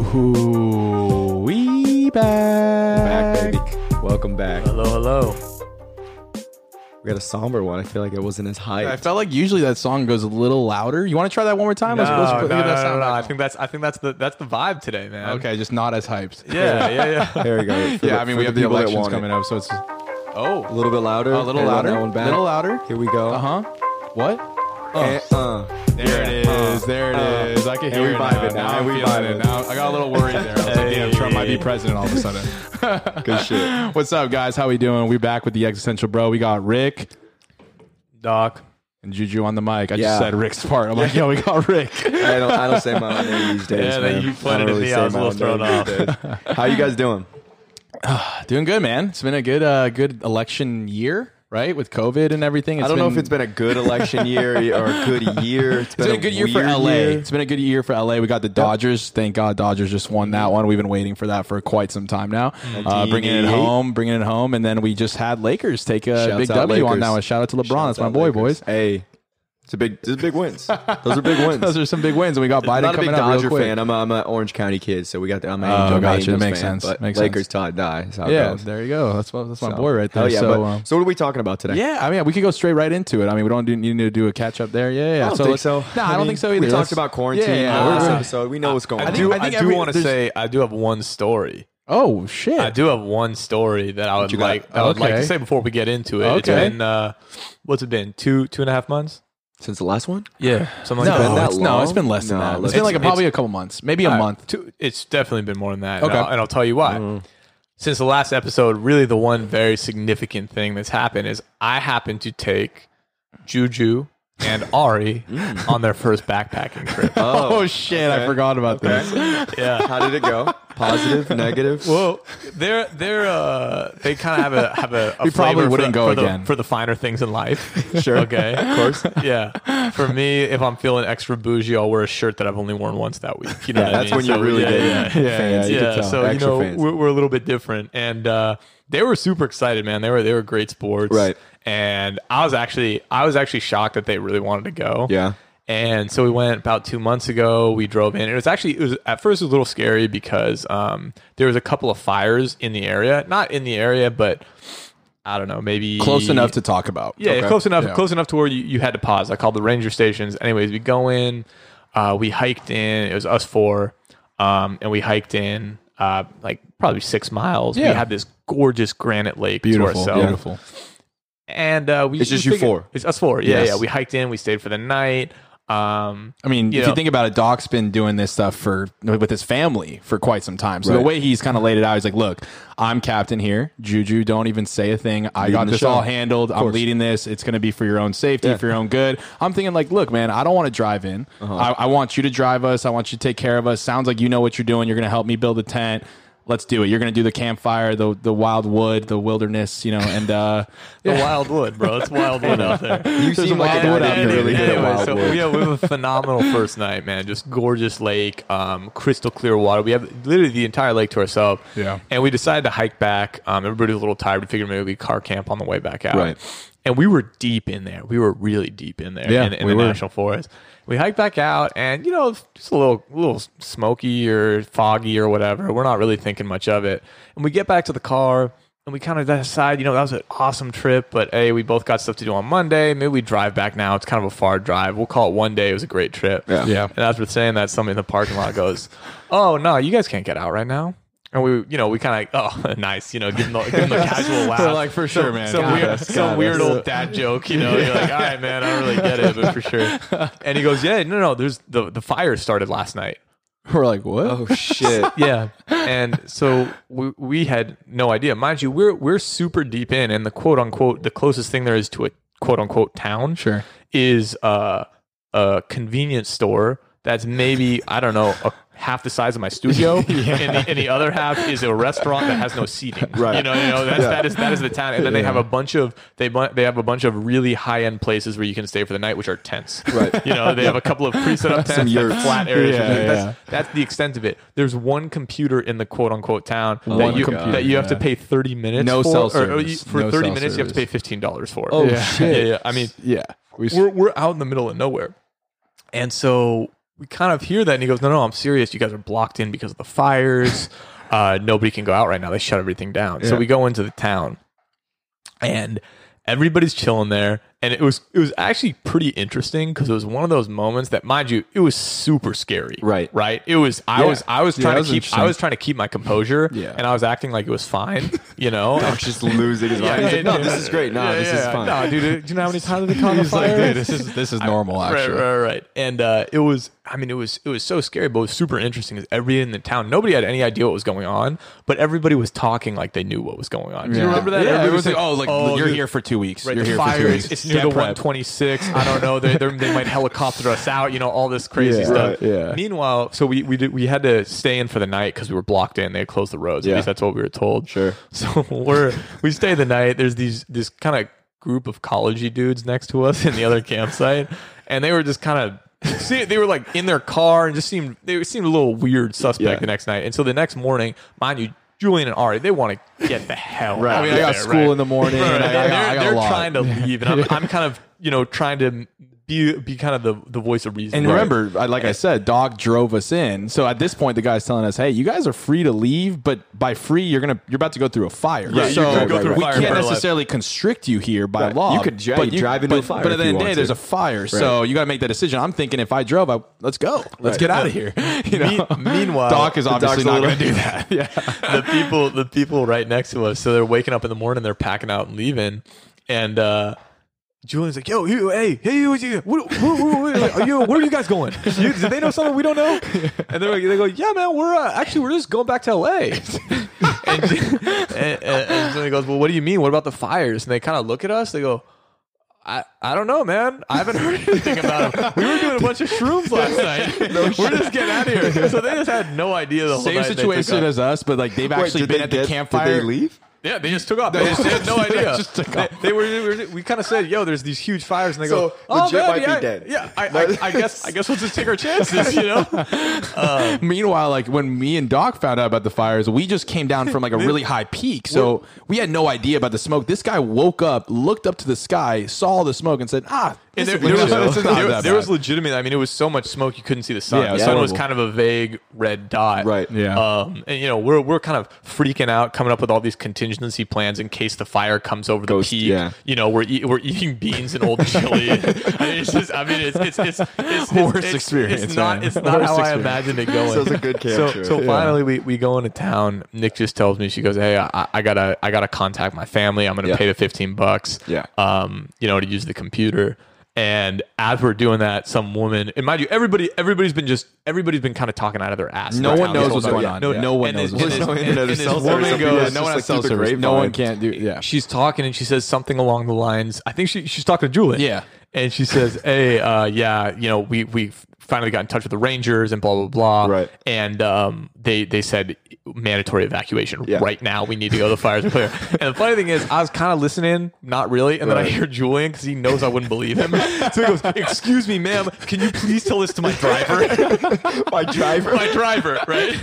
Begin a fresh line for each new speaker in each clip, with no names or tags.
Ooh, we back.
baby.
Welcome back.
Hello, hello.
We got a somber one. I feel like it wasn't as high.
I felt like usually that song goes a little louder. You want to try that one more time?
No,
Let's- let's
Oh, no, no,
put- get that
no,
sound
no.
back
I
on.
think that's I think that's the that's the vibe today, man.
okay, just not as hyped.
Yeah, yeah, yeah.
there we go. For
yeah.
the-
I mean,
for
we have the
people that
elections
want it.
coming up, so it's
A
oh,
little bit louder. Uh-huh.
a little
and run
louder,
That one back.
little louder.
Here we go.
Uh huh. What?
Eh, uh.
There it is. There it is. I can
and we
hear it
vibe
now.
it now.
I'm
We
feeling
vibe it.
it now. I got a little worried there. I was like, damn, Trump might be president all of a sudden.
Good shit.
What's up, guys? How we doing? We back with the existential bro. We got Rick
Doc.
and Juju on the mic. I
Yeah.
just said Rick's part. I'm like, yo, we got Rick.
I don't, I don't say my own name these days.
Yeah, that
man.
you
I
pointed
don't
at
really
me, I
say
was a
my
little
own name
thrown
these days. How you guys doing?
Doing good, man. It's been a good, uh, good election year, right? With COVID and everything.
I don't know if it's been a good election year or a good year. It's
It's been a good year for
weird
LA.
year.
It's been a good year for LA. We got the Dodgers. Thank God, Dodgers just won that one. We've been waiting for that for quite some time now. Uh, bringing it
1988.
home, bringing it home, and then we just had Lakers take a
Shouts
big
out
W on
Lakers.
that one. Shout out to LeBron.
Shouts
That's my
out
boy, boys.
Lakers. Hey, it's a big, it's big wins. Those are big wins.
Those are some big wins, and we got
I'm
Biden
not a big
coming up real
Dodger
quick.
fan. I'm a, I'm an Orange County kid, so we got the, I'm an
Oh,
Angel, I'm an
gotcha. That
Angels
makes
fan,
sense.
But
Makes
Lakers
sense.
taught die. Is how it
Yeah,
goes.
there you go. That's my, that's my
So-
boy right there.
Hell yeah,
so,
but-
um,
so what are we talking about today?
yeah, I mean, we could go straight right into it. I mean, we don't do, need to do a catch up there. Yeah, yeah.
I don't
so
think
let's-
so.
No, I, don't
mean,
think so either.
We talked
Let's-
about quarantine
Yeah, yeah,
on
we're-
this
we're-
episode. We know what's going
I,
on.
do
I
I,
think
do
every-
want to
there's-
say I do have one story.
Oh shit!
I do have one story that I would
you got?
like I would like
Okay.
to say before we get into it. It's
Okay.
been uh what's it been? Two two and a half months?
Since the last one,
Yeah. Something
no,
like that.
that
it's, no, it's
long?
been less than
No,
that. It's
let's-
been like a,
it's-
probably a couple months, maybe a
Uh,
month.
two- it's definitely been more than that.
Okay. Mm-hmm.
And, I'll, and I'll tell you why. Since the last episode, really the one very significant thing that's happened is I happened to take Juju and Ari on their first backpacking trip.
Mm. Oh, shit! I forgot about this.
yeah.
how did Oh, it go? Positive, negative?
Well, they're they're uh, they kind of have a have a, a
We probably
flavor for
wouldn't
the-
go
for the-
again.
for the finer things in life.
Sure.
Okay.
Of course.
yeah. For me, if I'm feeling extra bougie, I'll wear a shirt that I've only worn once that week. You know what I
That's
mean?
when you're
So,
really
yeah,
dating
yeah.
yeah,
fans.
you
You
can
yeah,
could tell.
so
Extra
you know
fans.
we're, we're a little bit different, and uh, they were super excited, man. They were they were great sports,
Right.
And I was actually I was actually shocked that they really wanted to go,
Yeah.
And so we went about two months ago. We drove in. It was actually it was at first it was a little scary because um, there was a couple of fires in the area, not in the area, but I don't know, maybe
Close enough to talk about.
yeah,
Okay.
close enough.
Yeah.
Close enough to where you, you had to pause. I called the ranger stations. Anyways, we go in. Uh, we hiked in. It was us four, um, and we hiked in uh, like probably six miles.
Yeah.
We had this gorgeous granite lake to
Beautiful,
ourselves.
beautiful.
And uh, we
It's
we
just you
figured-
four.
It's us four. Yeah,
Yes.
yeah. We hiked in. We stayed for the night. Um,
I mean, if
Yeah.
you think about it, Doc's been doing this stuff for with his family for quite some time. So the
Right.
way he's kind of laid it out, he's like, "Look, I'm captain here. Juju, don't even say a thing. I got
the
this
show.
all handled. I'm leading this. It's going to be for your own safety, for your own good." I'm thinking like, "Look, man, I don't want to drive in. I, I want you to drive us. I want you to take care of us. Sounds like you know what you're doing. You're going to help me build a tent." Let's do it. You're going to do the campfire, the the wild wood, the wilderness, you know, and uh,
the wild wood, bro. It's wild wood out there.
You seem like a guy
Wildwood
that'd
out
be
there.
really good at
Anyway, so
Wildwood.
yeah, we have a phenomenal first night, man. Just gorgeous lake, um, crystal clear water. We have literally the entire lake to ourselves.
Yeah.
And we decided to hike back. Um, everybody was a little tired. We figured maybe we car camp on the way back out.
Right.
And we were deep in there. We were really deep in there
Yeah,
in, in
we
the
were.
national forest. We hiked back out, and you know, it's just a little, little smoky or foggy or whatever. We're not really thinking much of it. And we get back to the car, and we kind of decide, you know, that was an awesome trip, but hey, we both got stuff to do on Monday. Maybe we drive back now. It's kind of a far drive. We'll call it one day. It was a great trip.
Yeah.
Yeah.
And as we're saying that, somebody in the parking lot goes, "Oh no, you guys can't get out right now." And we, you know, we kind of, oh, nice, you know, give them the, give them the casual laugh.
They're like, "For sure, man."
Some
Got
weird,
us,
some
got
weird
us.
old dad joke, you know. You're like, all right, man, I don't really get it, but for sure. And he goes, yeah, no, no, there's the the fire started last night.
we're like, "What?"
Oh shit!
Yeah, and so we we had no idea, mind you. We're we're super deep in, and the quote unquote the closest thing there is to a quote unquote town
Sure.
is uh, a convenience store that's maybe I don't know a, half the size of my studio, and, the, and the other half is a restaurant that has no seating.
Right.
You know, you know that's, that is that is the town, and then they have a bunch of they bu- they have a bunch of really high end places where you can stay for the night, which are tents.
Right.
You know, they have a couple of pre set up tents,
Some
and
yurts.
flat areas.
Yeah,
that's,
yeah.
that's the extent of it. There's one computer in the quote unquote town
One
that you
computer,
that you have to
yeah.
pay thirty minutes
No
for,
cell
or- or
service.
you- for
No
thirty
cell
minutes you have to pay
service.
fifteen dollars for. it.
Oh
Yeah.
shit!
yeah, yeah. I mean,
Yeah, we
we're, we're out in the middle of nowhere. And so we kind of hear that, and he goes, "No, no, I'm serious. You guys are blocked in because of the fires. uh, nobody can go out right now. They shut everything down." So
Yeah.
we go into the town, and everybody's chilling there. And it was it was actually pretty interesting because it was one of those moments that, mind you, it was super scary.
Right.
right. It was. I
Yeah.
was. I was
Yeah,
trying
that
to
was
keep. I
interesting.
was trying to keep my composure.
Yeah.
and I was acting like it was fine. You know,
I'm just losing his mind. He's like,
yeah,
no,
yeah.
this is great. No,
Yeah,
this is
yeah.
fine.
No, dude, do you know how many times they caught on
He's like,
fire?
dude, this is this is normal. Actually,
Right, right, right. And uh, it was, I mean, it was, it was so scary, but it was super interesting. Is everybody in the town, nobody had any idea what was going on, but everybody was talking like they knew what was going on. Do you
Yeah.
remember that?
Yeah,
Everybody
everyone's
was
like, oh, like you're
dude,
here for two weeks.
Right,
you're
the
here for
fire
two
is
weeks.
it's near
Get
the
prepped.
126. I don't know. They they're- they might helicopter us out. You know all this crazy
Yeah.
stuff.
Right, yeah.
Meanwhile, so we we did, we had to stay in for the night because we were blocked in. They had closed the roads. At
Yeah.
least that's what we were told.
Sure.
So we're we stay the night. There's these this kind of group of collegey dudes next to us in the other campsite, and they were just kind of see they were like in their car and just seemed they seemed a little weird suspect
Yeah.
the next night. And so the next morning, mind you. Julian and Ari, they want to get the hell.
Right.
Out
I mean,
of
I got
there,
school
right?
in the morning.
Right,
and I,
they're
I got, I got
they're
a lot.
trying to leave, and I'm, I'm kind of you know trying to be be kind of the, the voice of reason.
And remember, I, like I said, Dog drove us in. So at this point, the guy's telling us, "Hey, you guys are free to leave, but by free, you're gonna you're about to go through a fire.
Yeah,
you're
so
gonna go
we
through a
fire
can't
for life.
necessarily constrict you here by
Right.
law.
You could j-
but
drive into a
but-
fire
But
if
at the
you
end of the day,
want
there's
to.
a fire, so you got to make that decision. I'm thinking, if I drove, I let's go, let's get out of here. You know?
Me- meanwhile-
Doc is
The
obviously
Doc's
not
a
gonna
little-
do that. Yeah.
the people the people right next to us. So they're waking up in the morning, they're packing out and leaving, and uh, Julian's like, "Yo, you, hey, hey, you, you, what, what, what, what- like, are you, where are you guys going? You, do they know something we don't know?" And they're like, "They go, yeah, man, we're uh, actually we're just going back to L.A." and, and, and, and Julian goes, "Well, what do you mean? What about the fires?" And they kind of look at us. They go. I, I don't know, man. I haven't heard anything about them. We were doing a bunch of shrooms last night. we're just getting out of here. So they just had no idea the whole
Same
night they took off.
situation as us, but like they've actually
did
been
they
at the
get-
campfire.
Did they leave?
Yeah, they just took off. They just had no
They
idea.
just took
They-
off.
They, were, we were- we kind of said, "Yo, there's these huge fires," and they
So,
go, "Oh
legit
man,
might be
yeah,
dead.
yeah. I, I, I guess I guess we'll just take our chances, you know."
Meanwhile, like when me and Doc found out about the fires, we just came down from like a really high peak. So we had no idea about the smoke. This guy woke up, looked up to the sky, saw the smoke, and said, Ah,
And
this
there,
is
there,
legit.
was,
This is not
there-
that
there was
bad."
legitimate. I mean, it was so much smoke you couldn't see the sun.
Yeah, it
the
was
sun was
horrible.
kind of a vague red dot.
Right.
Yeah.
Um, and you know, we're we're kind of freaking out, coming up with all these contingency plans in case the fire comes over the
Ghost-
peak.
yeah.
You know, we're eat, we're eating beans and old chili. I mean, it's just. I mean, it's it's it's, it's, it's
Worst
it's-
experience,
It's not.
man.
It's not
Worst
how I
experience.
imagined it going.
Sounds like good camp
So,
trip.
so
Yeah.
finally, we we go into town. Nick just tells me she goes, "Hey, I, I gotta I gotta contact my family. I'm gonna
Yeah.
pay the fifteen bucks."
Yeah.
um, you know, to use the computer. And as we're doing that, some woman, and mind you, everybody, everybody's been just, everybody's been kind of talking out of their ass.
No
the
one
town this
knows
whole
what's
time.
going on.
No,
Yeah. No one
and
knows
this-
what's
and
going
this-
on. There's no internet or
and this
cell service.
woman
Somebody
goes,
has
no one
just, like,
has cell
through the
service. No one
grapevine.
can't do yeah.
she's talking and she says something along the lines. I think she she's talking to Julian.
Yeah.
And she says, "Hey, uh, yeah, you know, we we finally got in touch with the Rangers and blah blah blah.
Right.
And um, they they said mandatory evacuation
Yeah.
right now. We need to go. The fires are clear. and the funny thing is, I was kind of listening, not really. And then I
Right.
hear Julian because he knows I wouldn't believe him. So he goes, "Excuse me, ma'am, can you please tell this to my driver?"
My driver.
my driver, right?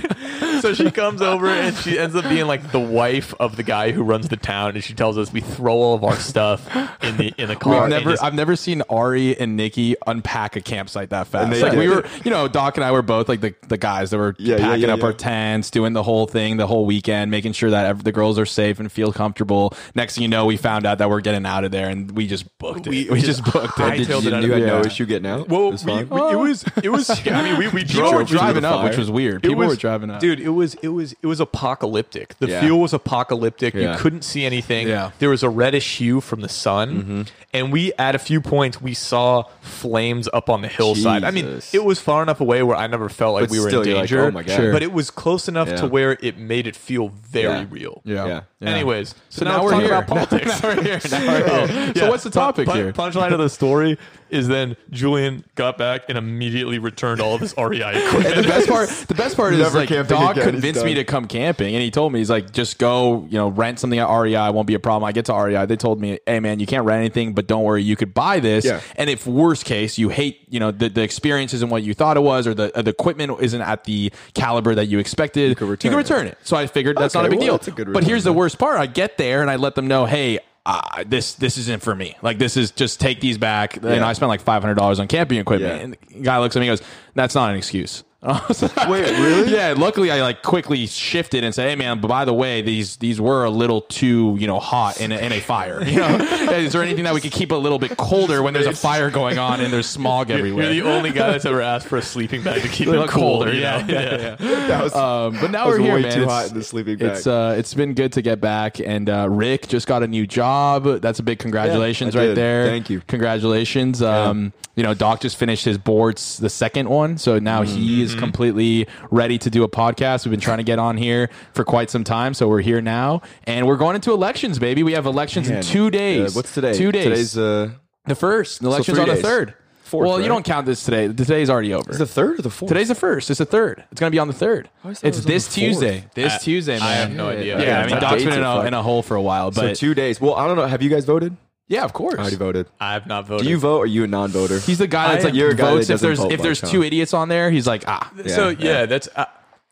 So she comes over and she ends up being like the wife of the guy who runs the town, and she tells us we throw all of our stuff in the in the car.
I've
and
never,
just-
I've never seen Ari and Nikki unpack a campsite that fast.
they
like we
did.
were, you know, Doc and I were both like the, the guys that were
Yeah, yeah,
packing
yeah,
up our
yeah.
tents, doing the whole thing, the whole weekend, making sure that ev- the girls are safe and feel comfortable. Next thing you know, we found out that we're getting out of there, and we just booked it. We,
We
just, booked it. Did
hightailed
you-
it
You
out
knew I had no
Yeah.
issue getting out.
well,
It was
we,
fine?
we- it was it was. I mean, we we
people
drove
were
through the
driving up,
fire.
which was weird.
It
People
was-
were driving up,
dude. It was it was it was apocalyptic. The
Yeah.
fuel was apocalyptic.
Yeah.
You couldn't see anything.
Yeah. Mm-hmm.
There was a reddish hue from the sun, and we at a few points we saw flames up on the hillside. I mean,
Jesus.
it was far enough away where I never felt like
But
we were
still,
in
you're like,
danger.
"Oh my God." Sure.
But it was close enough
Yeah.
to where it made it feel very
Yeah.
real.
Yeah.
Anyways, so,
now we're
now, we're talking
here.
about politics. Oh,
Now we're here. Now we're here. So what's the topic
Pun- pun-
here?
Punchline of the story is then Julian got back and immediately returned all of his REI equipment.
And the best part, the best part is
Never
like
camping
Doc
again, he's
convinced me
done.
to come camping, and he told me he's like, just go, you know, rent something at REI, won't be a problem. I get to REI, they told me, hey man, you can't rent anything, but don't worry, you could buy this,
Yeah.
and if worst case, you hate, you know, the, the experience isn't what you thought it was, or the uh, the equipment isn't at the caliber that you expected, you
could return it.
it. So I figured that's
Okay,
not a big
well,
deal.
that's a good
but here's the
return,
worst part: I get there and I let them know, hey. uh, this this isn't for me. Like this is just take these back. You know,
Yeah.
I spent like five hundred dollars on camping equipment.
Yeah.
And the guy looks at me and goes, "That's not an excuse." I was like-
Wait, really?
Yeah. Luckily, I like quickly shifted and said, "Hey, man, but by the way, these these were a little too you know hot in a, in a fire. You know, is there anything that we could keep a little bit colder when there's a fire going on and there's smog everywhere?"
You're the only guy that's ever asked for a sleeping bag to keep it colder. you know?
That was,
Um, but now
That was
we're here,
way
man.
too
It's-
hot in the sleeping bag.
It's uh, it's been good to get back, and uh, Rick just got a new job. That's a big congratulations
I
right
did.
there.
Thank you.
congratulations. Um, you know, Doc just finished his boards, the second one, so now
Mm-hmm.
he
Mm-hmm.
is completely ready to do a podcast. We've been trying to get on here for quite some time, so we're here now, and we're going into elections, baby. We have elections in
Man,
two days.
uh, what's today?
Two days.
Today's uh,
the first. The elections
three
on the
days.
third.
Fourth,
well, you
right?
don't count this today. Today's already over.
the third or the fourth.
Today's the first. It's the third. It's gonna be on the third.
always thought it
It's
was on
this
the fourth.
Tuesday. This
I-
Tuesday. Man.
I have no idea.
Yeah,
Yeah,
I mean,
my
Doc's been
dates
in
are
a,
fucked.
in a hole for a while,
so
but
two days. Well, I don't know. Have you guys voted?
yeah, of course.
I already voted.
I've not voted.
You vote. Are you a non-voter?
He's the guy that's
I-
like
you're a guy that
votes if
doesn't
there's
vote
if there's
much,
two
huh?
idiots on there. He's like ah.
so
Yeah,
yeah, that's I,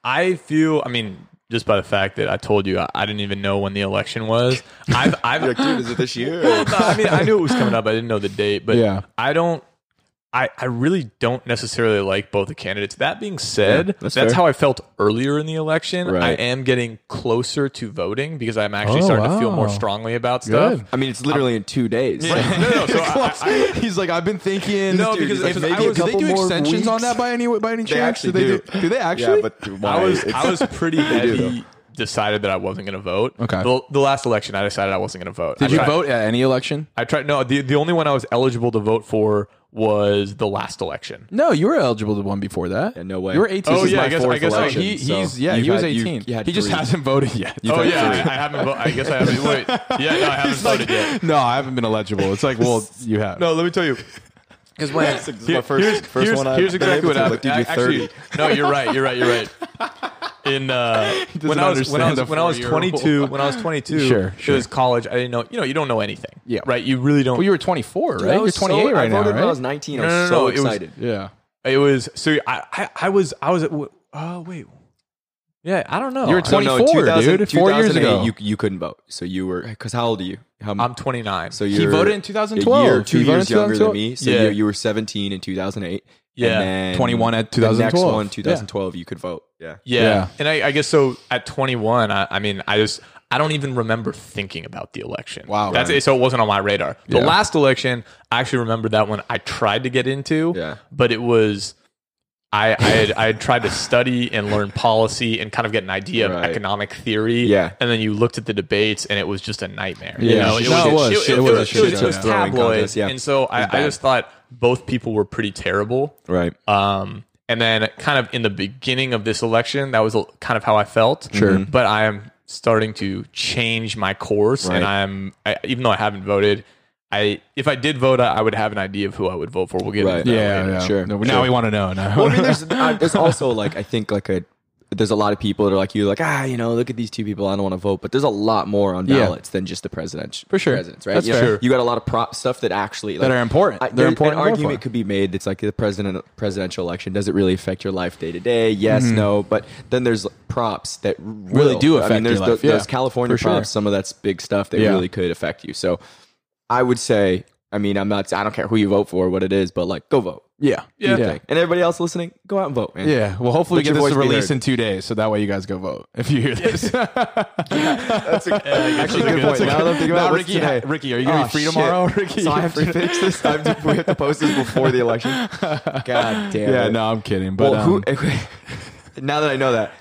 I feel. I mean, just by the fact that I told you I, I didn't even know when the election was. I've I've
You're like, dude, is it this year?
Well, no, I mean, I knew it was coming up. I didn't know the date, but
Yeah.
I don't. I, I really don't necessarily like both the candidates. That being said, that's,
that's fair.
how I felt earlier in the election. I
Right.
am getting closer to voting because I'm actually
Oh,
starting to feel
wow.
more strongly about stuff.
Good.
I mean, it's literally in two days.
No, no, so I,
he's like I've been thinking.
No,
dude,
because-
he's like,
because I
maybe
was-
did they
couple
do
more
extensions on
weeks.
that by any by any
They
chance?
actually
they
do.
Do they actually?
Yeah, but why?
I was
It's-
I was pretty
do,
heavy decided that I wasn't going to vote.
Okay.
The, the last election, I decided I wasn't going to vote.
did
I
you
tried-
vote at any election?
I tried. No, the the only one I was eligible to vote for was the last election.
No, you were eligible to one before that.
Yeah, no way.
You were 18.
Oh,
This is
yeah,
my
I guess-
fourth
I guess I-
election,
he-
so
he's-
yeah,
yeah,
he
you
was
had- you-
18
you had
he just
three.
hasn't voted yet.
You
oh
voted
yeah,
too.
I, I haven't. Vo- I guess I haven't. Wait, yeah, no, I haven't voted yet.
no, I haven't been eligible. It's like, well, you have.
No, let me tell you. Because when
This is my first- first
here's,
one I've
here's
been
exactly
able
what
to,
happened.
like, dude, you're
Actually, no, you're right. You're right. You're right. In uh, when I was when I
understand a
was when I was
four-year-old.
22, when I was 22,
Sure,
it was college. I didn't know. You know, you don't know anything.
Yeah.
right. You really don't.
Well, you were 24, right? You're 28 right
I
now,
voted
right?
when I was 19.
No,
I was
no, no,
so
it was-
excited.
yeah.
it was so. I I, I was I was. at w- Oh wait. Yeah, I don't know.
You were
I don't know.
24,
2000
dude. Four years
2008,
ago.
you you couldn't vote, so you were because how old are you? How m-
I'm 29.
so
So
you're
voted in 2012.
A year,
He
two
voted
years
in
younger than
2012.
me. So
Yeah.
you, you were 17 in 2008.
Yeah.
and then
21 at
The
2012.
next one,
Yeah.
2012, you could vote. Yeah,
yeah.
Yeah.
and I, I guess so. At 21, I, I mean, I just I don't even remember thinking about the election.
Wow.
that's it. So it wasn't on my radar. The
Yeah.
last election, I actually remember that one. I tried to get into.
Yeah.
but it was. I, I had I had tried to study and learn policy and kind of get an idea
Right.
of economic theory.
Yeah.
and then you looked at the debates and it was just a nightmare.
Yeah.
you know?
No, it was. It was a shit
it
show.
was
Throwing
tabloids.
contest, yeah.
And so
It was
I, I
bad.
just thought both people were pretty terrible.
right.
Um, and then kind of in the beginning of this election, that was a- kind of how I felt. Sure.
Mm-hmm.
But I am starting to change my course, and
Right.
I'm I, even though I haven't voted. I if I did vote, I, I would have an idea of who I would vote for. We'll get
Right.
into that
Yeah,
later.
yeah.
Sure.
No, Now
Sure.
we want to know.
Well, I
Now.
mean, there's uh, there's also like I think like a there's a lot of people that are like you like ah you know look at these two people I don't want to vote but there's a lot more on
Yeah.
ballots than just the presidential
For sure.
presidents right
That's
you, know,
fair.
you got a lot of prop stuff that actually like,
That are important. They're
there's
important to
an
vote
argument
for.
could be made that's like the president presidential election does it really affect your life day to day yes no but then there's props that really
Mm-hmm. do
I
affect
mean there's
your life,
tho-
yeah.
those California
For sure.
props some of that's big stuff that
Yeah.
really could affect you so I would say I mean I'm not I don't care who you vote for what it is but like go vote
yeah.
Yeah.
thing. And everybody else listening, go out and vote, man.
Yeah. Well, hopefully we
Let
get
your
this
voice be
released
heard.
in two days, so that way you guys go vote if you hear this.
That's a, actually
That's a
good
good-
point. Now that I'm thinking about
Now,
it, what's
Ricky,
today?
ha- Ricky, are you gonna be free tomorrow, Ricky?
So I have to fix this. I have to, we have to post this before the election. God damn.
yeah.
it.
No, I'm kidding. But
Well,
um,
who? now that I know that,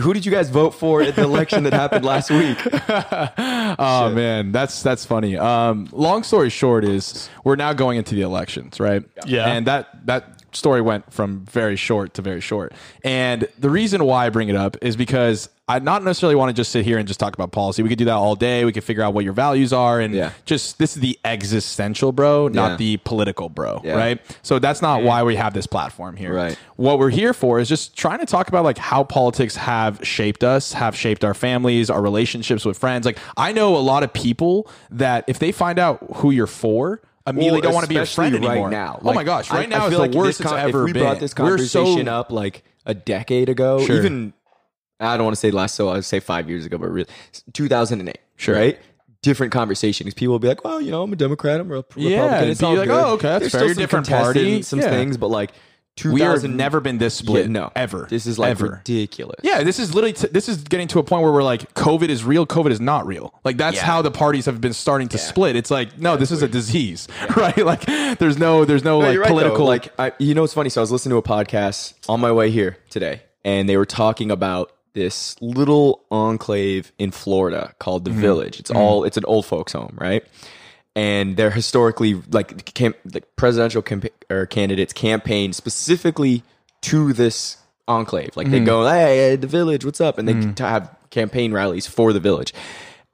who did you guys vote for at the election that happened last week?
Oh man, that's that's funny. Um, long story short is we're now going into the elections, right?
Yeah.
And that that story went from very short to very short. And the reason why I bring it up is because I not necessarily want to just sit here and just talk about policy. We could do that all day. We could figure out what your values are and
Yeah.
just this is the existential bro, not
Yeah.
the political bro,
Yeah.
right? So that's not why we have this platform here.
Right.
What we're here for is just trying to talk about like how politics have shaped us, have shaped our families, our relationships with friends. Like I know a lot of people that if they find out who you're for, immediately
Well,
don't want to be a
especially
friend anymore.
Right now,
oh my
Like,
gosh,
I-
right
I
now is
feel
the
like
worst
this
it's
con-
ever
if we
been.
brought this
we're
conversation
so
up like a decade ago,
Sure.
even I don't want to say last, so I would say five years ago, but really 2008.
Sure.
right? different conversation because people will be like, well, you know, I'm a Democrat, I'm a Rep-
Yeah,
Republican. It's
be
all
like,
good.
"Oh, okay, that's
There's
fair,
still
you're
some
different
contested-
party."
some
Yeah.
things, but like
We
2000,
have never been this
yeah,
split.
no
ever.
This is like
ever.
ridiculous.
Yeah, this is literally t- this is getting to a point where we're like, COVID is real, COVID is not real. Like that's
Yeah.
how the parties have been starting to split. It's like, no, this is a disease, right? Like there's no, there's no,
No,
like
you're right, though.
political. like
like I, you know, it's funny. So I was listening to a podcast on my way here today, and they were talking about this little enclave in Florida called the
Mm-hmm.
Village. It's all it's an old folks home, right? And they're historically like camp, like presidential campa- or candidates campaign specifically to this enclave. Like they
Hmm.
go, hey, hey, the Village, what's up? And they t- have campaign rallies for the Village.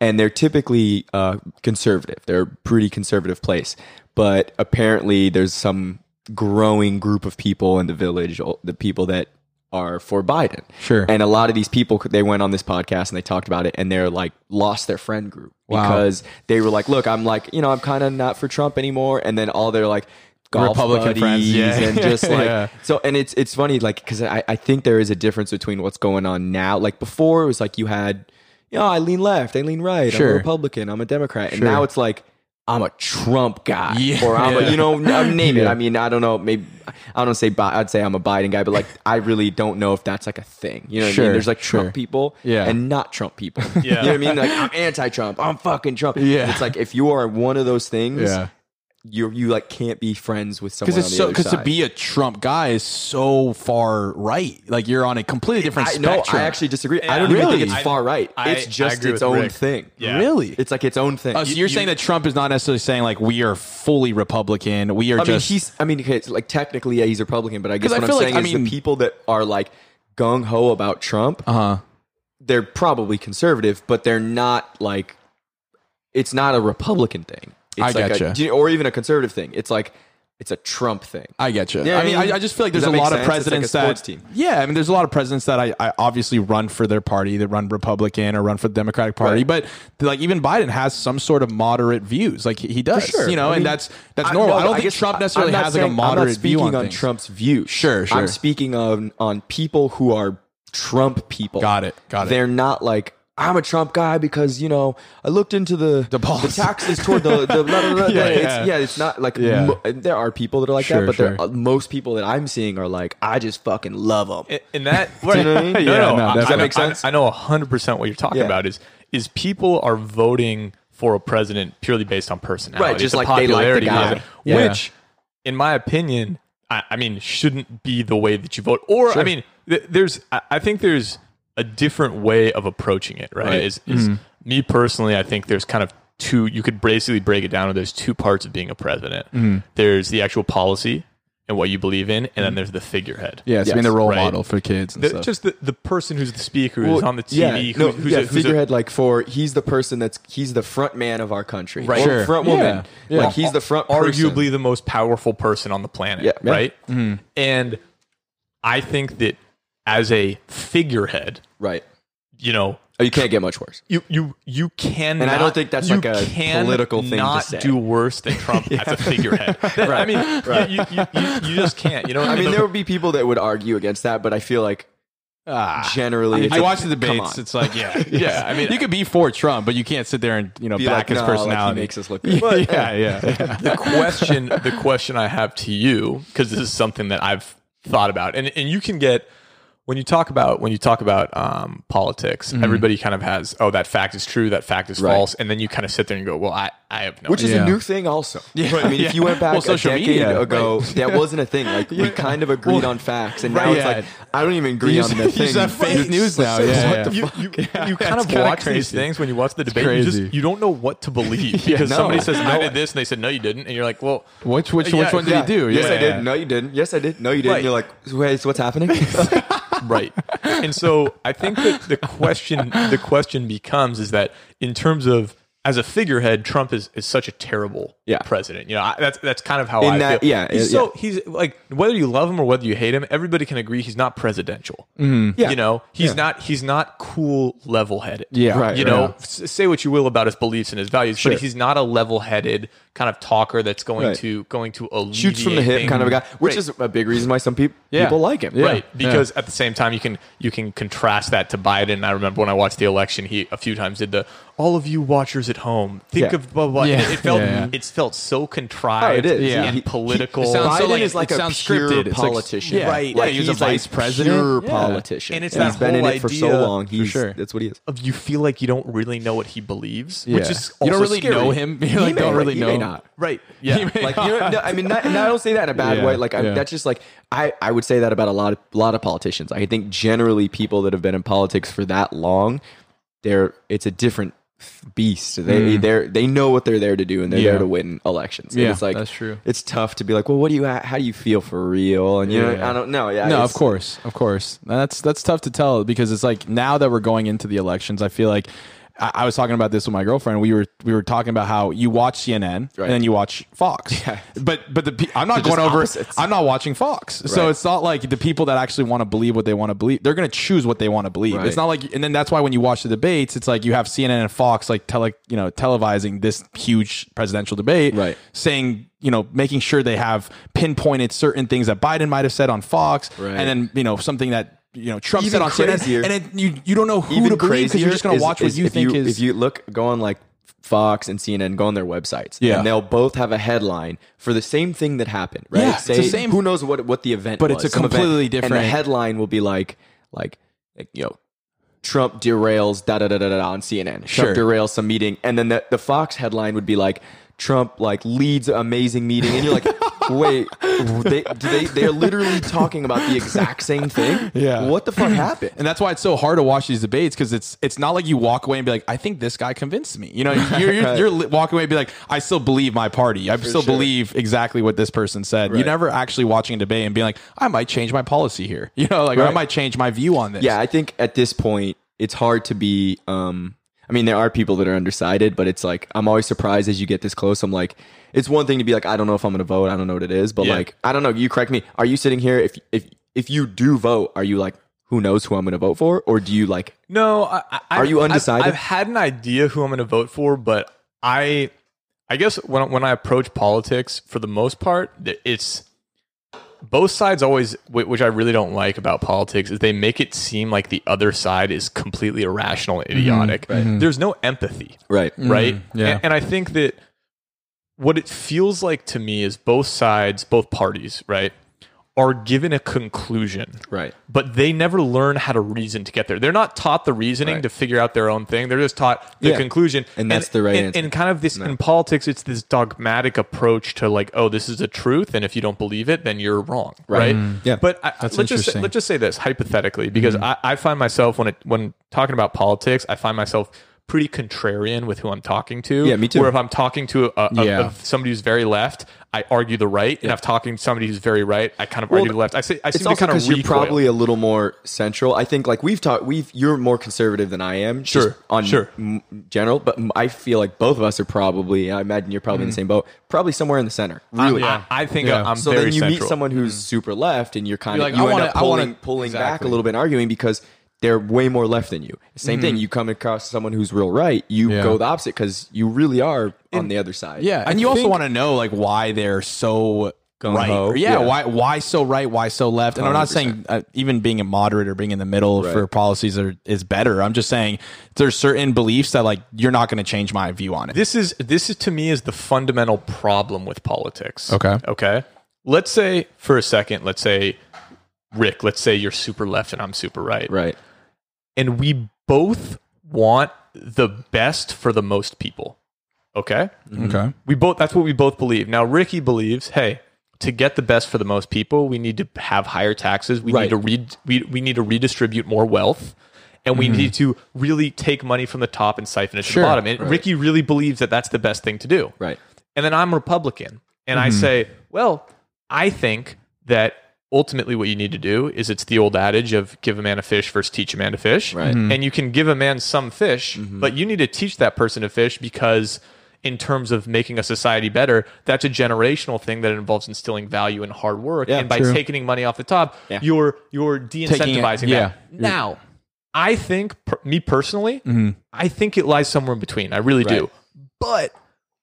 And they're typically uh, conservative. They're a pretty conservative place but apparently there's some growing group of people in the village, o- the people that are for Biden.
Sure.
And a lot of these people, they went on this podcast and they talked about it and they're like, lost their friend group
Wow.
because they were like, look, I'm like, you know, I'm kind of not for Trump anymore. And then all their like, golf
Republican
buddies
friends, yeah.
and just like
Yeah.
so and it's it's funny like because I, I think there is a difference between what's going on now like before it was like you had you know i lean left i lean right i'm
Sure.
a republican i'm a democrat and
Sure.
now it's like i'm a trump guy
Yeah.
or I'm a, you know, n- name it.
Yeah.
I mean, I don't know. Maybe I don't say. Bi- I'd say I'm a Biden guy, but like, I really don't know if that's like a thing. You know, what I
Sure,
mean? there's like
sure.
Trump people,
Yeah.
and not Trump people. you know what I mean? Like, I'm anti-Trump. I'm fucking Trump.
Yeah.
it's like if you are one of those things,
Yeah.
you you like can't be friends with someone.
because it's
on
so
the other
because to
side.
be a Trump guy is so far right. Like you're on a completely different
I, no,
spectrum.
I actually disagree. I
Yeah.
don't even
Really?
think it's
I-
far right.
I-
it's
I
just
agree
its
with
own
Rick.
thing.
Yeah.
really.
It's like its own thing.
Oh, so you're
you-
saying that Trump is not necessarily saying like we are fully Republican. We are
I mean,
just
he's. I mean, okay, it's like technically, yeah, he's Republican, but I guess
'Cause I
what I am
feel like-
saying
I
is
mean-
the people that are like gung ho about Trump,
Uh-huh.
they're probably conservative, but they're not like. It's not a Republican thing. It's
I
like
getcha.
a, do you- or even a conservative thing. It's like it's a Trump thing.
I get you.
Yeah,
I mean,
I mean,
I, I just feel like
does
there's a
that make
lot of
sense? It's like
presidents
a sports
that.
team.
Yeah, I mean, there's a lot of presidents that I, I obviously run for their party, that run Republican or run for the Democratic Party,
Right.
but like even Biden has some sort of moderate views, like he he does,
sure.
you know,
I
and
mean,
that's that's normal. I,
no,
don't think
guess
Trump
I-
necessarily
I'm not
has
saying-
like a moderate
I'm not speaking
view on,
on
things.
Trump's view.
Sure, sure.
I'm speaking on on people who are Trump people.
Got it, got it.
They're not like. I'm a Trump guy because you know I looked into the the,
policy.
taxes toward the, the blah, blah, blah.
Yeah,
Like,
yeah.
It's, yeah it's not like
Yeah.
mo- there are people that are like
Sure,
that but
sure.
there, uh, most people that I'm seeing are like I just fucking love them
in, in that
you know what I mean?
no,
Yeah,
no,
no,
I-
does that
I,
make
I-
sense?
I know hundred percent what you're talking
Yeah.
about is is people are voting for a president purely based on personality,
Right, just
the
like they like the
popularity
guy.
of it,
Yeah.
which, in my opinion, I, I mean, shouldn't be the way that you vote. Or I mean, th- there's I, I think there's a different way of approaching it. Right?
Right.
Is,
Mm-hmm.
is me personally, I think there's kind of two. You could basically break it down. There's two parts of being a president.
Mm-hmm.
There's the actual policy and what you believe in, and then there's the figurehead.
yeah, it's being the role
Right.
model for kids and
The-
stuff.
just the, the person who's the speaker who's on the TV, who's,
no,
who's,
yeah,
a, who's a-
figurehead like for he's the person that's he's the front man of our country,
Right.
Or
Sure.
front
Yeah.
woman,
Yeah.
like he's the front, person.
arguably the most powerful person on the planet,
Yeah, Mm-hmm. yeah.
right? And I think that as a figurehead,
right.
you know,
Oh, you can't get much worse.
you you you can
And I don't think that's like a political thing to
Not
say.
do worse than Trump as a figurehead. I mean, you, you, you, you just can't. You know, what
I mean,
The-
there would be people that would argue against that, but I feel like
Ah.
generally, it's
I
like,
watch the
come
debates.
on.
It's like, yeah, yeah. I mean, you could be for Trump, but you can't sit there and you know
Be
back
like,
his
"No, like, he
personality.
makes us look good." But,
yeah, yeah.
the question the question I have to you because this is something that I've thought about and and you can get when you talk about when you talk about um, politics everybody kind of has oh that fact is true that fact is
Mm-hmm. Right.
false and then you kind of sit there and go well I I have no
which is
Yeah.
a new thing, also. Yeah. I mean,
Yeah.
if you went back
Well,
a
social
decade
media,
ago, that wasn't a thing. Like we kind of agreed on facts, and now
Right.
it's like
Yeah.
I don't even agree
You
on
just-
the
you just
thing.
have fake
It's
news now,
so-
yeah, yeah.
What the
you,
fuck?
you, you kind
it's
of
kinda
watch these
crazy.
things when you watch the debate. You
crazy.
just you don't know what to believe because
no.
somebody says I
No.
did this and they said no you didn't and you're like well
Which which
Yeah,
which one did
Yeah.
he do?
Yes,
yeah.
I did. No, you didn't. Yes, I did. No, you didn't.
Right.
You're like, wait, so what's happening?
right and so i think that the question the question becomes is that in terms of as a figurehead trump is, is such a terrible
Yeah.
president you know I, that's that's kind of how
In
i
that-
feel
yeah,
he's
yeah.
so he's like whether you love him or whether you hate him everybody can agree he's not presidential
Mm-hmm. Yeah.
you know he's
Yeah.
not he's not cool level-headed
Yeah. Right,
you
right.
know s- say what you will about his beliefs and his values but he's not a level-headed kind of talker that's going
Right.
to going to
Shoots from the
alleviate
hip,
things.
kind of a guy, which
Right
is a big reason why some people
Yeah.
people like him.
Yeah.
right because at the same time you can you can contrast that to biden i remember when i watched the election he a few times did the all of you watchers at home, think
Yeah.
of blah blah. blah.
Yeah.
And It felt
Yeah, yeah.
it's felt so contrived
Oh, it is.
Yeah.
and
He- he-
political.
it sounds so
Biden
like-
is like
it
a
sounds
pure
scripted. It's like-
politician,
yeah.
right?
Yeah,
like
he was a vice president.
pure
Yeah.
politician,
And it's
he's
that
been in
whole
it for so
idea-
long.
For
He's
sure.
that's what he is.
of you feel like you don't really know what he believes, which
Yeah.
is
You don't
also
really
scary.
know him. You, like,
He may-
don't really
he
know
may
him.
not.
right?
Yeah.
like you know, no, I mean, not, and I don't say that in a bad
Yeah,
way. Like I,
yeah.
that's just like I, I would say that about a lot of lot of politicians. I think generally people that have been in politics for that long, they're it's a different beast. They they're they know what they're there to do and they're
Hmm. Yeah.
there to win elections. And
Yeah,
it's like
that's true.
It's tough to be like, well, what do you how do you feel for real? And you know,
Yeah.
I don't know. Yeah,
no,
it's-
of course, of course. That's that's tough to tell because it's like now that we're going into the elections, I feel like I, I was talking about this with my girlfriend. We were we were talking about how you watch CNN
Right.
and then you watch Fox.
Yeah.
But but the pe- I'm not
They're just
going over.
opposites.
I'm not watching Fox, so
Right.
it's not like the people that actually want to believe what they want to believe. They're going to choose what they want to believe.
Right.
It's not like and then that's why when you watch the debates, it's like you have CNN and Fox like tele you know televising this huge presidential debate,
Right.
Saying you know making sure they have pinpointed certain things that Biden might have said on Fox,
Right.
and then you know something that you know Trump
Even
said on
crazier-
CNN, and then you you don't know who to believe because you're just going
is-
to watch what
is
you
if
think is
If you look, go on like Fox and CNN, go on their websites,
Yeah.
and they'll both have a headline for the same thing that happened, right?
Yeah, it's the same-
Who knows what what the event?
But
was,
it's a
some event,
completely
And
different-
the headline will be like, like, like you know. Trump derails da da da da da da on CNN.
Sure.
Trump derails some meeting, and then the, the Fox headline would be like, "Trump like leads amazing meeting," and you're like, "Wait, they do they they're literally talking about the exact same thing?
Yeah.
what the fuck happened?
and that's why it's so hard to watch these debates because it's it's not like you walk away and be like, I think this guy convinced me. You know, you're, you're, you're li- walking away and be like, I still believe my party. I still
sure.
believe exactly what this person said. You're
Right.
never actually watching a debate and being like, I might change my policy here. You know, like or I
Right.
might change my view on this.
Yeah, I think at this point it's hard to be. Um, I mean, there are people that are undecided, but it's like I'm always surprised as you get this close. I'm like, it's one thing to be like, I don't know if I'm going to vote. I don't know what it is, but
Yeah.
like, I don't know. You correct me. Are you sitting here? If if if you do vote, are you like, who knows who I'm going to vote for, or do you like?
No, I, I,
Are you
I've-
undecided?
I've, had an idea who I'm going to vote for, but I, I guess when when I approach politics, for the most part, th- it's both sides always, whi- which I really don't like about politics, is they make it seem like the other side is completely irrational,
Mm-hmm.
and idiotic. There's no empathy
Right.
right?
yeah.
And, and I think that what it feels like to me is both sides, both parties, right, are given a conclusion,
Right.
But they never learn how to reason to get there. They're not taught the reasoning
Right.
to figure out their own thing. They're just taught the
Yeah.
conclusion,
And that's the right
and,
answer.
And kind of this in politics, it's this dogmatic approach to like, oh, this is the truth, and if you don't believe it, then you're wrong, right?
Mm. Yeah. Mm-hmm.
But I,
That's
let's just say,
interesting.
let's just say this hypothetically, because I, I find myself when it when talking about politics, I find myself pretty contrarian with who I'm talking to.
Yeah, me too.
Where if I'm talking to a, a,
Yeah.
of somebody who's very left, I argue the right, and if I'm talking to somebody who's very right, I kind of argue the left. I say I
It's
seem to
also
kind of
because you're
recoil.
probably a little more central. I think like we've talked, we've you're more conservative than I am. just
Sure,
on
sure.
m- general, but m- I feel like both of us are probably. I imagine you're
Mm.
probably in the same boat. Probably somewhere in the center. Really,
I, I think
Yeah.
I'm
so
very
then you
central.
meet someone who's super left and you're kind
Mm. You're
of
like,
you
I
end
wanna-
up
I
pulling,
wanna-
pulling back a
Exactly.
little bit and arguing because they're way more left than you same thing
Mm-hmm.
you come across someone who's real right you
Yeah.
go the opposite because you really are on the other side
Yeah, and
I
you also
think-
want to know like why they're so right.
ho.
Yeah,
Yeah.
why why so right, why so left? And i am not saying uh, even being a moderate or being in the middle for policies are, is better. I'm just saying there's certain beliefs that like you're not going to change my view on it.
this is this is to me is the fundamental problem with politics.
Okay.
Okay. Let's say for a second, let's say Rick, let's say you're super left and I'm super right.
right
And we both want the best for the most people. Okay?
okay.
We both that's what we both believe. Now Ricky believes, hey, to get the best for the most people, we need to have higher taxes. We
Right.
need to read we, we need to redistribute more wealth. And we need to really take money from the top and siphon it to
Sure.
the bottom. And Ricky really believes that that's the best thing to do
right
and then I'm Republican and I say, well, I think that ultimately what you need to do is it's the old adage of give a man a fish versus teach a man to fish.
Right.
And you can give a man some fish, but you need to teach that person to fish because in terms of making a society better, that's a generational thing that involves instilling value and hard work. and by taking money off the top, you're you're de-incentivizing
yeah.
that. Now, I think per, me personally, I think it lies somewhere in between. I really do. But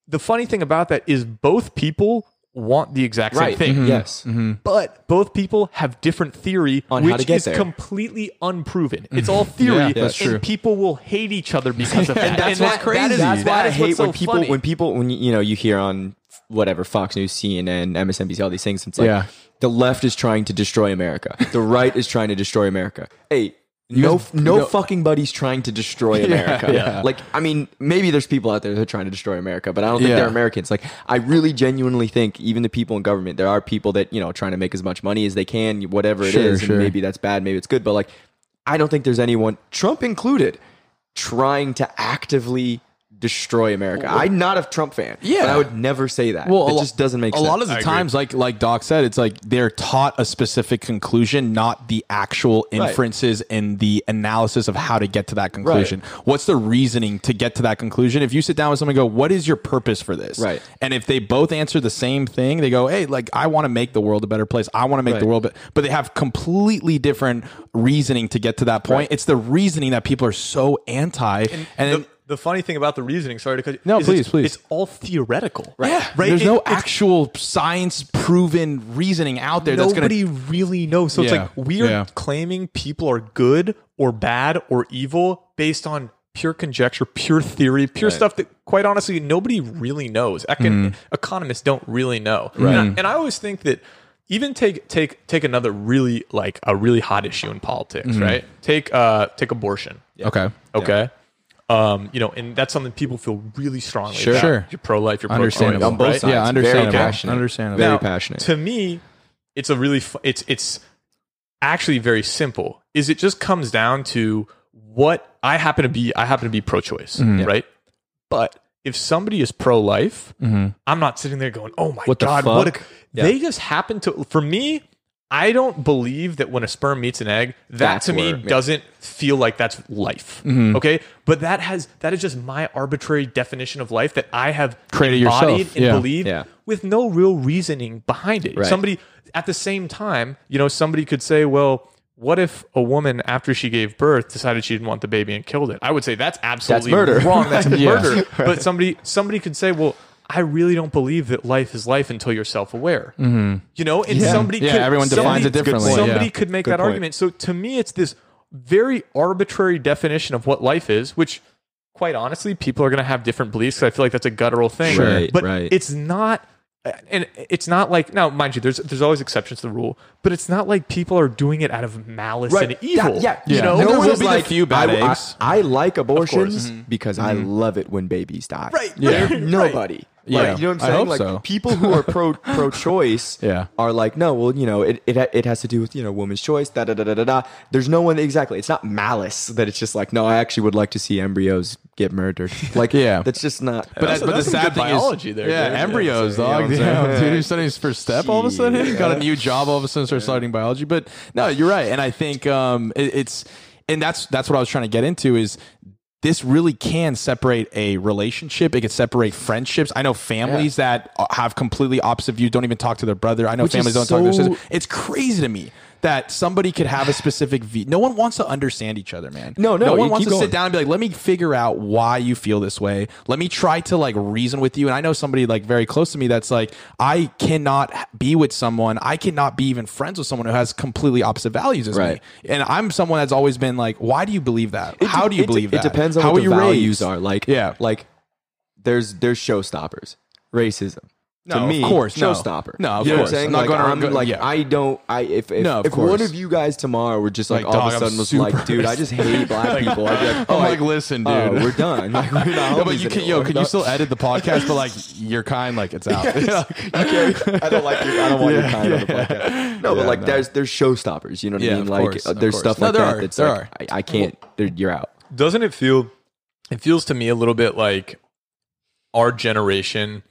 the funny thing about that is both people want the exact same
Right.
thing.
Mm-hmm.
Mhm. Yes.
Mm-hmm. But both people have different theory,
On how
which
to get
is
there.
completely unproven. It's all theory,
Mm-hmm. Yeah, that's
and
true.
people will hate each other because of that.
And
And
that's what's
that-
crazy.
That is,
that's why
that
I
is
hate
what's
when
so
people
funny.
when people when you know you hear on whatever Fox News, CNN, MSNBC, all these things. It's like
Yeah.
the left is trying to destroy America. The right is trying to destroy America. Hey. No,
guys-
no,
no-
fucking buddy's trying to destroy America.
yeah.
Like, I mean, maybe there's people out there that are trying to destroy America, but I don't think
Yeah.
they're Americans. Like, I really genuinely think even the people in government, there are people that you know trying to make as much money as they can, whatever it is.
Sure,
and
sure.
maybe that's bad, maybe it's good, but like, I don't think there's anyone, Trump included, trying to actively destroy America. I'm not a Trump fan.
Yeah.
But I would never say that.
Well,
Well,
a
it
lo-
just doesn't make
a
sense.
lot of the times, like like Doc said, it's like they're taught a specific conclusion, not the actual inferences and the analysis of how to get to that conclusion. What's the reasoning to get to that conclusion? If you sit down with someone and go, "What is your purpose for this?"
Right.
And if they both answer the same thing, they go, "Hey, like I want to make the world a better place. I want to make the
Right.
world," but but they have completely different reasoning to get to that point. It's the reasoning that people are so anti, and,
the,
then-
the funny thing about the reasoning, sorry to cut you.
No,
is it's-
please, please.
It's all theoretical. Right.
Yeah,
Right.
There's
It-
no
it's-
actual science proven reasoning out there that's going
Nobody really knows. So
Yeah.
it's like we are
Yeah.
claiming people are good or bad or evil based on pure conjecture, pure theory, pure stuff that, quite honestly, nobody really knows.
Mm.
Econ- Economists don't really know. Right. And, I, and I always think that even take take take another really like a really hot issue in politics,
Mm-hmm.
right? Take uh take abortion.
to. Okay.
Okay. Um, you know, and that's something people feel really strongly
Sure.
about.
Sure.
You're pro life, you're pro choice.
Understandable.
On both
right?
sides.
Yeah,
Very
understandable.
passionate.
Understandable.
Very
Now,
passionate.
To me, it's a really fu- it's it's actually very simple. Is it just comes down to what I happen to be I happen to be pro-choice,
Mm-hmm.
right? But if somebody is pro-life, I'm not sitting there going, "Oh my
Mm-hmm. What the
god, what a,
fuck? Yeah.
they just happen to." For me, I don't believe that when a sperm meets an egg, that
That's
to me
where- yeah. Mm-hmm.
doesn't feel like that's life. Okay, but that has that is just my arbitrary definition of life that I have
Created
embodied
yourself.
and
Yeah.
believed
Yeah.
with no real reasoning behind it.
Right.
Somebody at the same time, you know, somebody could say, well, what if a woman after she gave birth decided she didn't want the baby and killed it? I would say that's absolutely
murder.
wrong. That's
Yeah.
murder. But somebody somebody could say, well, I really don't believe that life is life until you're self-aware. You know, and somebody
Mm-hmm. Yeah,
could,
everyone
somebody-
defines it differently,
Somebody
yeah.
could make
Good
that
point.
argument. So to me, it's this very arbitrary definition of what life is, which quite honestly, people are going to have different beliefs. 'cause I feel like that's a guttural thing,
Right,
but
right.
it's not, and it's not like now, mind you, there's there's always exceptions to the rule, but it's not like people are doing it out of malice and evil.
yeah,
you know,
No
No
there
one's
will be the
like,
few bad
I, I-
eggs.
I, like abortions
Mm-hmm.
because I love it when babies die.
Right,
Like,
right,
Nobody.
Yeah.
Like, you know what I'm
I
saying?
hope
like
so.
people who are pro pro choice
Yeah.
are like, no, well, you know, it, it ha- it has to do with you know woman's choice. Da da da da da. da. There's no one exactly. It's not malice that it's just like, no, I actually would like to see embryos get murdered. Like,
Yeah.
that's just not.
But,
That's-
but
that's
the
some
sad
good
thing is,
biology there,
yeah,
dude.
embryos,
Yeah,
dog.
I'm saying, you know what I'm
Damn,
saying?
dude, he's studying his first step all of a sudden. Got a new job all of a sudden, started studying biology. But no, you're right, and I think um, it, it's and that's that's what I was trying to get into is this really can separate a relationship. It could separate friendships. I know families that uh, have completely opposite views don't even talk to their brother. I know
is
families don't talk to their
so-
sister. It's crazy to me. That somebody could have a specific view. No one wants to understand each other, man.
No, no,
no one
you
wants
keep
to sit down
going.
down and be like, let me figure out why you feel this way. Let me try to like reason with you. And I know somebody like very close to me that's like, I cannot be with someone. I cannot be even friends with someone who has completely opposite values as
Right.
me. And I'm someone that's always been like, why do you believe that?
It de-
How do you
it de-
believe that?
It depends on
How
what
were
your
you
values
raised?
are. Like,
Yeah.
like there's there's showstoppers. Racism.
No,
to me,
of course, no.
showstopper.
No, of
you know
course.
What I'm saying?
I'm not
like,
going around
I'm,
go-
like
yeah.
I don't. I if if,
No, of
if one
course.
of you guys tomorrow were just like,
Like, dog,
all of
I'm
a sudden was
super
like, dude, I just hate black people. I'd be like,
I'm
oh,
like, listen, dude.
oh, we're done. Like, we're not
No, but
homies
you can,
anymore.
yo, can you still edit the podcast? But like, you're kind, like it's out.
I don't like your, I don't want your time on the podcast. No, but
Yeah,
like
no.
there's there's showstoppers. You know what
Yeah,
I mean?
of
Like
course,
uh,
of
there's
course.
stuff
No,
like
there
that
are,
that's
there
like I, I can't. they're- You're out.
doesn't it feel it feels to me a little bit like our generation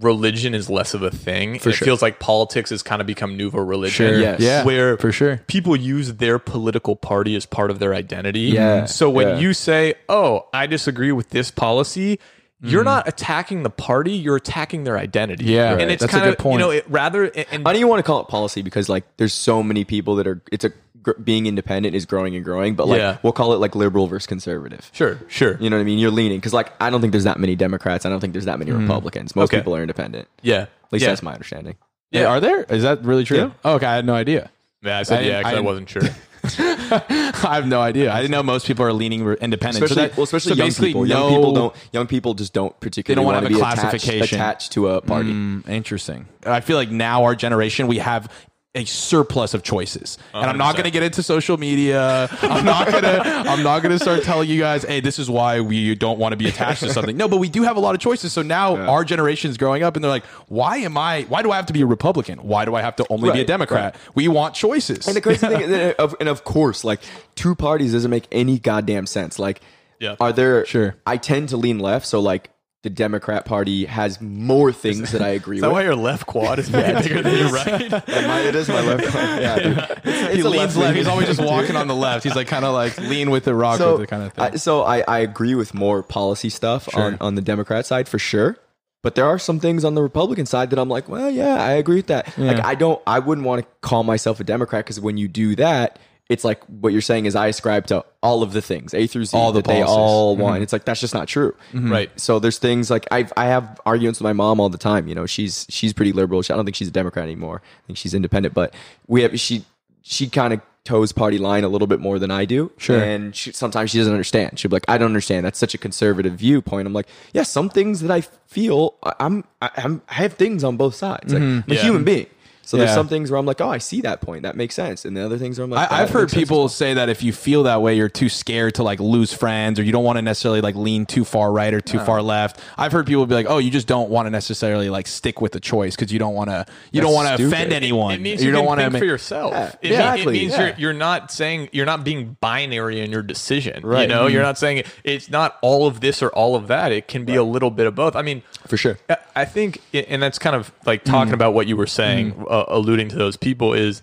religion is less of a thing and
sure.
it feels like politics has kind of become nouveau religion
Sure.
Yes.
Yeah,
where
for sure.
people use their political party as part of their identity
Yeah,
so when
yeah.
you say oh i disagree with this policy you're not attacking the party you're attacking their identity
Mm-hmm. Yeah,
and
Right.
it's
that's a
kind
good
of
point.
you know it rather and,
I don't even want to call it policy because like there's so many people that are it's a gr- being independent is growing and growing, but like
Yeah.
we'll call it like liberal versus conservative.
sure sure
You know what I mean? You're leaning because like I don't think there's that many Democrats. I don't think there's that many Republicans. Most
Okay.
people are independent.
yeah
At least
Yeah.
that's my understanding.
Yeah, are there? Is that really true? Oh, okay, I had no idea.
Yeah, I
I
said
didn't-
yeah
I
because I,
didn't-
wasn't sure.
I have no idea. I didn't know most people are leaning re- independent.
Especially,
so that,
well, especially
so
young
basically
people.
No,
young people don't. Young people just don't particularly
wanna
want
have a
to be attached-
classification.
attached to a party.
Mm, interesting. I feel like now our generation we have a surplus of choices, and I'm not
100%.
going to get into social media. I'm not going to. I'm not going to start telling you guys, hey, this is why we don't want to be attached to something. No, but we do have a lot of choices. So now our generation's growing up, and they're like, why am I? Why do I have to be a Republican? Why do I have to only be a
Right,
Democrat? We want choices.
And the crazy thing, is- of, and of course, like two parties doesn't make any goddamn sense. Like,
Yeah.
are there?
Sure.
I tend to lean left, so like the Democrat Party has more things that I agree
Is that
with.
why your left quad is way bigger than your right?
Yeah, my- it is my left. Yeah, dude. It's, it's
he
a
leans
left-leaning
left. He's always just walking on the left. He's like kind of like lean with the rock
so
with the kind of thing.
I, so I, I agree with more policy stuff on, on the Democrat side for sure. But there are some things on the Republican side that I'm like, well, yeah, I agree with that. Like, I don't, I wouldn't want to call myself a Democrat because when you do that, it's like what you're saying is I ascribe to all of the things A through Z
All the
that they
policies.
all want.
Mm-hmm.
It's like that's just not true,
Right.
So there's things like I I have arguments with my mom all the time. You know, she's she's pretty liberal. She, I don't think she's a Democrat anymore. I think she's independent, but we have she she kind of toes party line a little bit more than I do. Sure. And she, sometimes she doesn't understand. She'll be like, I don't understand. That's such a conservative viewpoint. I'm like, yeah, some things that I feel I- I'm I- I'm I have things on both sides. Like, I'm a
Yeah.
human being. So
Mm-hmm. Yeah.
there's some things where I'm like, oh, I see that point. That makes sense. And the other things where I'm like,
I,
"Oh,
I've
that
heard
makes sense."
people say that if you feel that way, you're too scared to like lose friends, or you don't want to necessarily like lean too far right or too
Uh-huh.
far left. I've heard people be like, "Oh, you just don't want to necessarily like stick with the choice because you don't want to you don't want to
stupid.
offend anyone.
It means
you,
you,
don't
can
want to
think for yourself.
Yeah,
It, mean-
exactly,
it means
yeah.
you're, you're not saying you're not being binary in your decision. You
Right. Mm.
know, you're not saying it's not all of this or all of that. It can be a little bit of both. I mean,
For sure. Mm.
I- I think, and that's kind of like talking about what you were saying, uh, alluding to those people is,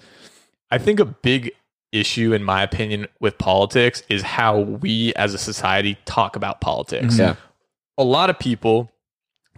I think a big issue in my opinion with politics is how we as a society talk about politics
Yeah.
a lot of people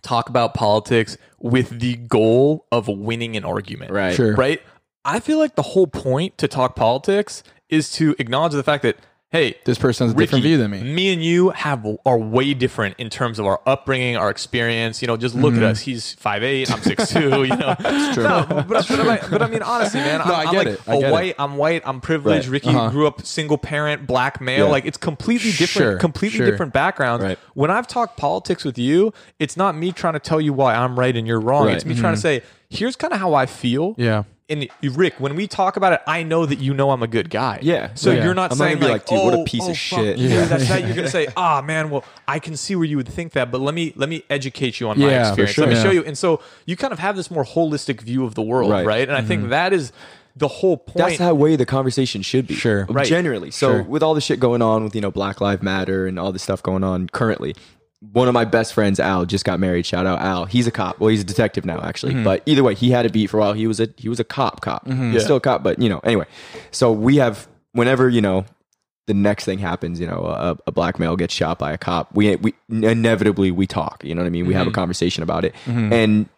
talk about politics with the goal of winning an argument.
Right.
Sure.
Right. I feel like the whole point to talk politics is to acknowledge the fact that, hey,
This person has a
Ricky,
different view than me.
Me and you have are way different in terms of our upbringing, our experience. You know, just look at
Mm-hmm.
us. He's 5'8", I'm 6'2", You know, No, but, but, I, but I mean, honestly, man, I'm,
I
I'm
get
like
it. I
a
get it. Uh-huh.
white. I'm white. I'm privileged.
Right.
Ricky grew up single parent, black male.
Yeah.
Like it's completely different.
Sure,
Completely
sure.
different backgrounds.
Right.
When I've talked politics with you, it's not me trying to tell you why I'm right and you're wrong.
Right.
It's me trying to say, here's kind of how I feel.
Mm-hmm. Yeah.
And Rick, when we talk about it, I know that you know I'm a good guy.
Yeah.
So
Yeah.
you're not
I'm not
saying
gonna be
like,
like,
oh,
dude, what a piece
oh,
of
fuck,
shit.
dude,
Yeah.
that's that. You're gonna say, ah, man, well, I can see where you would think that, but let me let me educate you on my
Yeah, for
experience.
sure.
Let me
Yeah.
show you. And so you kind of have this more holistic view of the world,
Right. Mm-hmm.
right? And I think that is the whole point.
That's how way the conversation should be.
Sure.
Right.
Generally. So
Sure.
with all the shit going on with, you know, Black Lives Matter and all this stuff going on currently, one of my best friends, Al, just got married. Shout out Al. He's a cop. Well, he's a detective now, actually. But either way, he had a beat for a while. He was a he was a cop cop. He's still a cop, but you know, anyway. So we have whenever, you know, the next thing happens, you know, a, a black male gets shot by a cop. We we inevitably we talk, you know what I mean? We have a conversation about it. And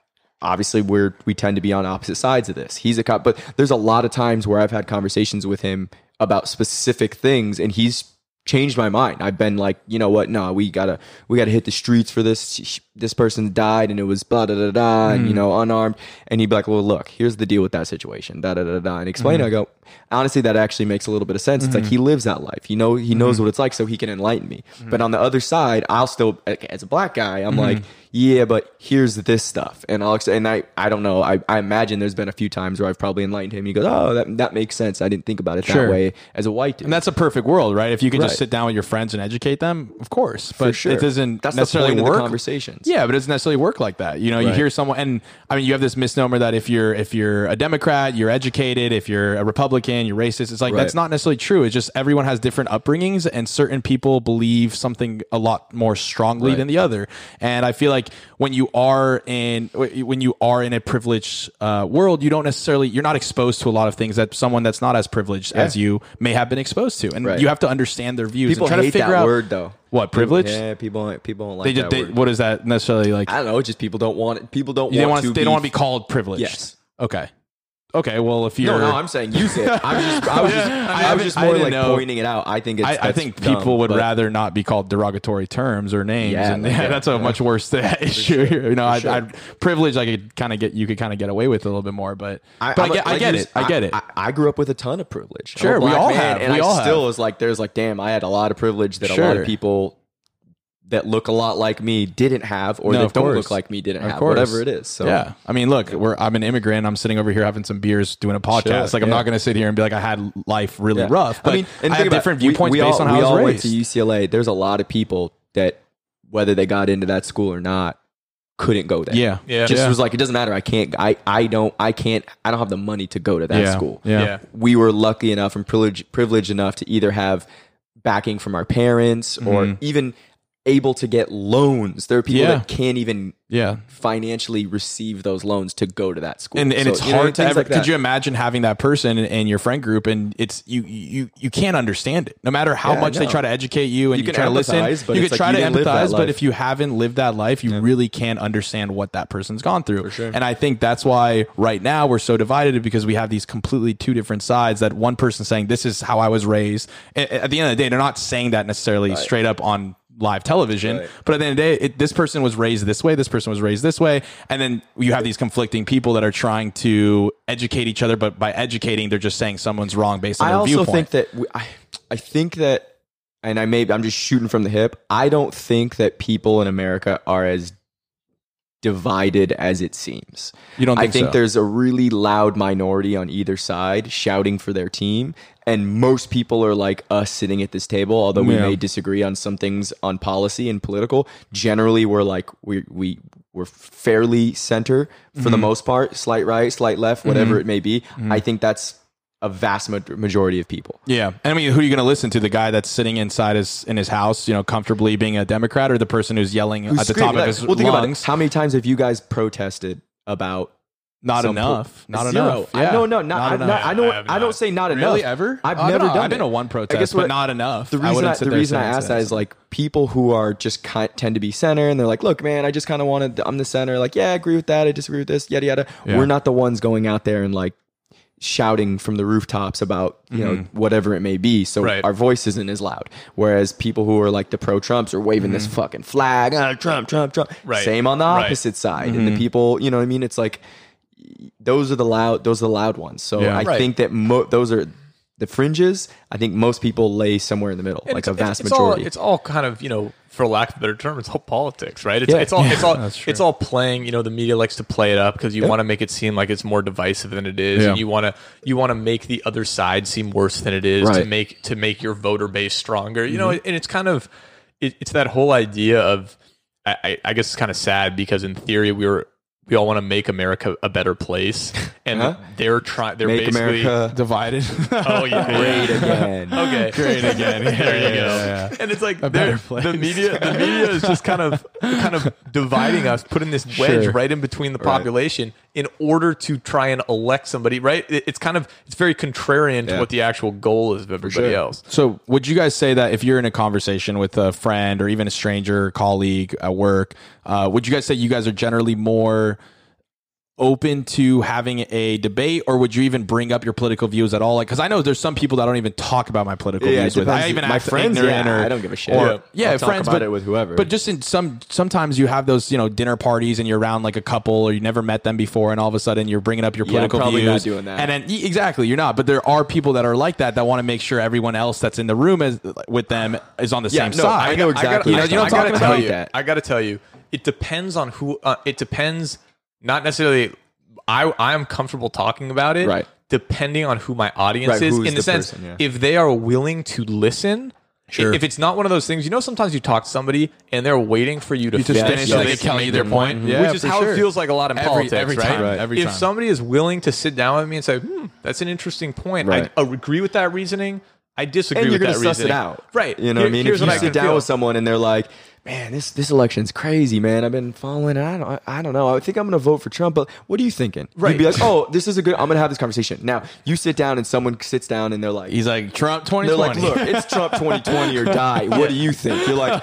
obviously we're we tend to be on opposite sides of this. He's a cop, but there's a lot of times where I've had conversations with him about specific things and he's changed my mind. I've been like, you know what? No, we got to we got to hit the streets for this Sh- sh- this person died and it was blah da da da and you know unarmed and he'd be like, "Well, look, here's the deal with that situation." da da da da and explain it. I go, "Honestly, that actually makes a little bit of sense. It's like he lives that life. You know, he knows what it's like so he can enlighten me." But on the other side, I'll still like, as a black guy, I'm like, "Yeah, but here's this stuff." And I'll ex- and I I don't know. I I imagine there's been a few times where I've probably enlightened him. He goes, "Oh, that that makes sense. I didn't think about it
Sure.
that way as a white dude."
And that's a perfect world, right? If you could
Right.
just sit down with your friends and educate them, of course. But
sure.
it doesn't
That's the
necessarily
point of the
work.
conversations.
Yeah, but it doesn't necessarily work like that. You know, you
Right.
hear someone, and I mean, you have this misnomer that if you're if you're a Democrat, you're educated. If you're a Republican, you're racist. It's like
Right.
that's not necessarily true. It's just everyone has different upbringings, and certain people believe something a lot more strongly
Right.
than the other. And I feel like when you are in when you are in a privileged uh, world, you don't necessarily you're not exposed to a lot of things that someone that's not as privileged as you may have been exposed to, and
Right.
you have to understand their views.
People
and try
hate
to figure
that
out
word though.
What privilege?
Yeah, people don't- people don't like
They
that
just they,
word.
what is that necessarily like?
I don't know. Just people don't want it. People don't
They
want
want
to.
they don't want to be called privileged.
Yes.
Okay. Okay, well, if you're,
No, no, I'm saying use it. I'm just, I was just, I was
haven't-
just
I
more
didn't
like
know.
pointing it out. I think it's,
I, I
that's
think
dumb,
people would
but-
rather not be called derogatory terms or names,
Yeah,
and
like, yeah,
that's a much worse issue. You know, I,
sure.
I privilege I could kind of get you could kind of get away with a little bit more, but but I,
I'm a-
get, I
like
get
you
it,
s-
I get it.
I, I grew up with a ton of privilege. I'm a
Sure, we
black
all have,
And
we
I
all have.
still was like, there's like, damn, I had a lot of privilege that a lot
Sure.
of people that look a lot like me didn't have, or
No, of
that don't
course.
look like me didn't
Of
have,
course.
whatever it is. So
yeah, I mean, look, we're, I'm an immigrant. I'm sitting over here having some beers, doing a podcast. like, I'm
yeah.
not going to sit here and be like, I had life really
Yeah.
rough. But I mean, I
think
have
about it.
different
We-
viewpoints
we
based
all,
on
we
how I
all
was
went
raised.
to UCLA. There's a lot of people that whether they got into that school or not couldn't go there.
yeah,
Yeah.
just was like it doesn't matter. I can't. I I don't. I can't. I don't have the money to go to that
yeah,
school.
Yeah.
Yeah.
we were lucky enough and privileged privileged enough to either have backing from our parents or even able to get loans. There are people
Mm-hmm. Yeah.
that can't even
yeah.
financially receive those loans to go to that school.
and, and
So,
it's
you know,
hard to
things
ever
like that.
could you imagine having that person in, in your friend group and it's you you you can't understand it no matter how
Yeah, I
much they
know.
try to educate you and
You
you,
can
try to listen
empathize, but
you could
it's like
try
you
to
didn't live that
empathize but
life.
if you haven't lived that life you really can't understand what that person's gone through and i think that's why right now we're so divided because we have these completely two different sides that one person saying this is how i was raised A- a- at the end of the day they're not saying that necessarily straight up on live television
Right.
but at the end of the day, it, this person was raised this way, this person was raised this way. And then you have these conflicting people that are trying to educate each other, but by educating, they're just saying someone's wrong based on
I
their
also
viewpoint.
think that we, I, I think that, and I may I'm just shooting from the hip. I don't think that people in America are as divided as it seems.
You don't think
I think
so?
there's a really loud minority on either side shouting for their team, and most people are like us sitting at this table. Although we
Yeah.
may disagree on some things on policy and political, generally we're like we we we're fairly center for
Mm-hmm.
the most part, slight right, slight left, whatever it may be. I think that's a vast ma- majority of people.
yeah. And I mean, who are you going to listen to? The guy that's sitting inside his, in his house, you know, comfortably being a Democrat or the person who's yelling at the top
Scream,
of
like,
his
well, think about it.
lungs?
How many times have you guys protested about
Not
some
enough.
po-
not
Zero.
enough.
I, no, no, not, I,
enough.
not- I don't.
I
I,
have
don't
not.
say not enough.
Really? Ever?
I've
I don't
never
know.
done.
I've been
it.
to one protest,
I guess
but
what-
not enough.
The
I
reason
wouldn't
I,
sit
the
there
reason I
saying
asked that
this.
is like people who are just kind, tend to be center, and they're like, "Look, man, I just kind of wanted. I'm the center. Like, yeah, I agree with that. I disagree with this. Yada yada.
Yeah.
We're not the ones going out there and like shouting from the rooftops about you know
Mm-hmm.
whatever it may be. So
Right.
our voice isn't as loud. Whereas people who are like the pro Trumps are waving this
Mm-hmm.
fucking flag, ah, Trump, Trump, Trump.
Right.
Same on the
Right.
opposite side,
Mm-hmm.
and the people, you know, what I mean, it's like those are the loud those are the loud ones. So
Yeah.
I
Right.
think that mo- those are the fringes. I think most people lay somewhere in the middle, like
it's-
a vast
it's,
majority.
All, it's all kind of you know, for lack of a better term, it's all politics, right? It's,
Yeah.
it's all it's all
true.
it's all playing. You know, the media likes to play it up because you want to make it seem like it's more divisive than it is,
Yeah.
and you want to you want to make the other side seem worse than it is to
Right. Mm-hmm.
make to make your voter base stronger. You know, and it's kind of it, it's that whole idea of I, I- I guess it's kind of sad because in theory we were. We all want to make America a better place, and they're trying. They're
Uh-huh. Make
basically.
America
divided.
Oh yeah,
great again.
Okay,
Great again.
there you
Yeah,
go.
yeah, yeah.
And it's like
better
they're-
place.
the media, the media is just kind of, kind of dividing us, putting this wedge
Sure.
right in between the population in order to try and elect somebody. Right? It- it's kind of, it's very contrarian to
Yeah.
what the actual goal is of everybody
sure.
else.
So, would you guys say that if you're in a conversation with a friend or even a stranger, colleague at work, uh, would you guys say you guys are generally more open to having a debate, or would you even bring up your political views at all? Like, because I know there's some people that I don't even talk about my political
Yeah, it
views with.
depends.
I even
My
act
friends,
ignorant
yeah,
or-
I don't give a shit.
or-
Yeah.
yeah,
I'll talk
friends,
about
but
it with whoever.
But just in some, sometimes you have those, you know, dinner parties and you're around like a couple, or you never met them before, and all of a sudden you're bringing up your
Yeah, I'm
political
probably
views.
not doing that.
And and y- exactly, you're not. But there are people that are like that that want to make sure everyone else that's in the room is, with them is on the
Yeah,
same
no,
side.
I know exactly.
You know, you know
I
what I'm
gotta
talking
tell
about?
hate
you.
that.
I gotta tell you, it depends on who. Uh, it depends. Not necessarily. I I am comfortable talking about it.
Right.
Depending on who my audience
Right,
is,
who's
in the,
the
sense,
person, yeah.
if they are willing to listen. Sure. If it's not one of those things, you know, sometimes you talk to somebody and they're waiting for you to
just finish so they
can
tell
make
you their point. Yeah,
which is
for
how
sure.
it feels like a lot in
Every-
politics,
every
right?
time, Right. every
if
time.
somebody is willing to sit down with me and say, "Hmm, that's an interesting point,"
Right.
I agree with that reasoning. I disagree
and you're
with
gonna
that
suss
reasoning.
it out,
right?
You know,
Here-
what I mean,
here's
if you
what I
sit
can
down
feel.
with someone and they're like, "Man, this this election's crazy, man. I've been following. I don't, I, I don't know. I think I'm gonna vote for Trump, but what are you thinking?"
Right.
You'd be like, "Oh, this is a good. I'm gonna have this conversation." Now you sit down and someone sits down and they're like,
He's like Trump
They're like,
2020.
look, it's Trump 2020 or die. What do you think? You're like,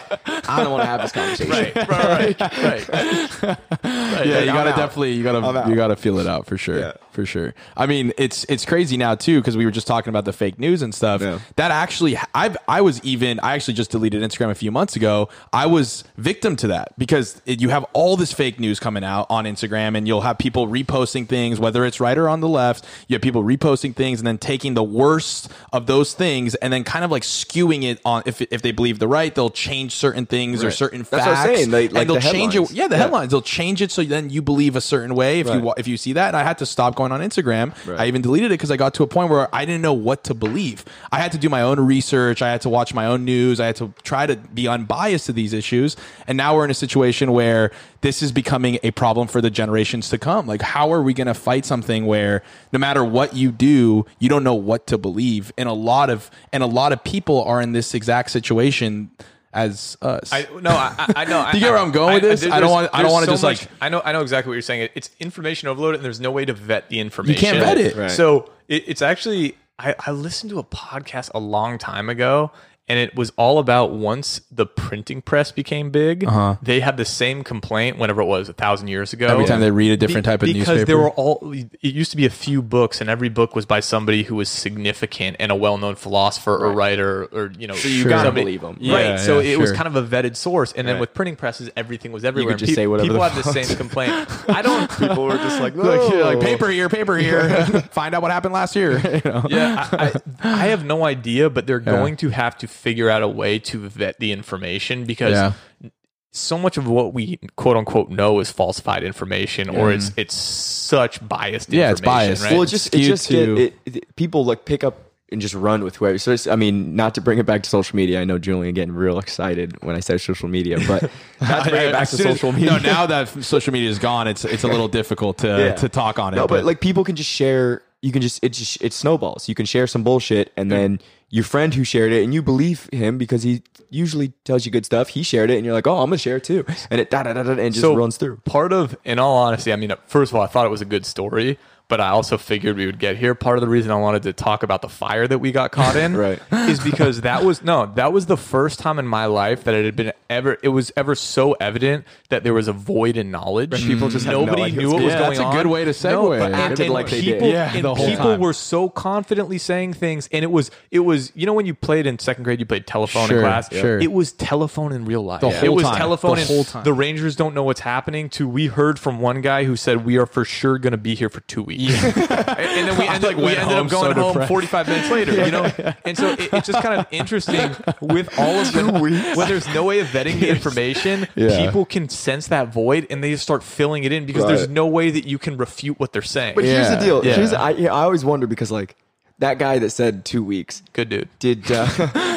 I don't want to have this conversation.
right, right, right, right.
yeah, you
I'm
gotta
out.
definitely, you
I'm
gotta,
out.
you gotta feel it out for sure,
Yeah.
for for sure. I mean, it's it's crazy now too because we were just talking about the fake news and stuff.
Yeah.
That actually, I I was even I actually just deleted Instagram a few months ago. I was victim to that because it, you have all this fake news coming out on Instagram, and you'll have people reposting things, whether it's right or on the left. You have people reposting things and then taking the worst of those things and then kind of like skewing it on. If if they believe the right, they'll change certain things or
Right.
certain
That's what
facts.
I'm saying, like-
and
like
they'll
the
change it.
headlines.
Yeah, the
Yeah.
headline headlines. They'll change it so then you believe a certain way if you
Right.
wa- if you see that. And I had to stop going on Instagram.
Right.
I even deleted it because I got to a point where I didn't know what to believe. I had to do my own research. I had to watch my own news. I had to try to be unbiased to these issues. And now we're in a situation where this is becoming a problem for the generations to come. Like, how are we going to fight something where no matter what you do, you don't know what to believe? And a lot of and a lot of people are in this exact situation as us.
I no, I, I- I know.
Do you get where I'm going with this? I don't
there's-
want- I don't
there's
wanna just, like-
I know. I know exactly what you're saying. It- It's information overload, and there's no way to vet the information.
vet it.
Right.
So it, it's actually. I, I listened to a podcast a long time ago, and it was all about once the printing press became big, they had the same complaint. Whenever it was a thousand years ago,
Uh-huh. Every time they read a different
Be-
type of
because
newspaper.
there were all it used to be a few books and every book was by somebody who was significant and a well-known philosopher or writer or you know so
you gotta believe 'em.
right
Yeah,
so
yeah,
it was
sure.
kind of a vetted source and then with printing presses everything was everywhere
just
And
say whatever
people
the
have the same complaint i don't
People were just like, "Oh."
like, yeah, like
"Whoa."
paper here, paper here. Find out what happened last year. you know?
yeah I, I, I have no idea but they're going to have to figure out a way to vet the information because
Yeah.
so much of what we quote unquote know is falsified information or it's it's such biased
Mm. Yeah,
information,
it's biased.
right?
Well,
Well, it just it
skewed
just get,
to-
it, it- people like pick up and just run with whoever. So it's, I mean, not to bring it back to social media. I know Julian getting real excited when I said social media, but not to bring it back to
As soon as-
social media.
No, now that social media is gone, it's it's a little difficult to
Yeah.
to talk on it.
No, but like people can just share. You can just it just it snowballs. You can share some bullshit, and then your friend who shared it, and you believe him because he usually tells you good stuff. He shared it, and you're like, oh, I'm gonna share it too, and it da da da da, and just runs through.
Part of, in all honesty, I mean, first of all, I thought it was a good story, but I also figured we would get here. Part of the reason I wanted to talk about the fire that we got caught in,
Right.
is because that was no, that was the first time in my life that it had been ever. It was ever so evident that there was a void in knowledge. People just
no
nobody
idea
knew
what's
what was
going on.
going on.
That's a good way to
No,
segue.
but-
They
and,
did
and
like they did.
people,
Yeah,
and
the whole
people
time.
were so confidently saying things, and it was it was you know when you played in second grade, you played telephone
Sure,
in class.
sure.
It was telephone in real life.
The
it
whole
was
time.
telephone
The
in-
whole time.
the Rangers don't know what's happening to we heard from one guy who said we are for sure going to be here for two weeks. and, and then we
I,
ended,
like,
we
went
ended
home
up going
so
home
depressed.
45 minutes later, you know? And so it, it's just kind of interesting with all of the, when there's no way of vetting the information,
Yeah.
people can sense that void and they just start filling it in because there's
Right.
no way that you can refute what they're saying.
But here's the
Yeah,
deal.
yeah.
Here's I, yeah, I always wonder because like that guy that said two weeks
Good dude.
did uh,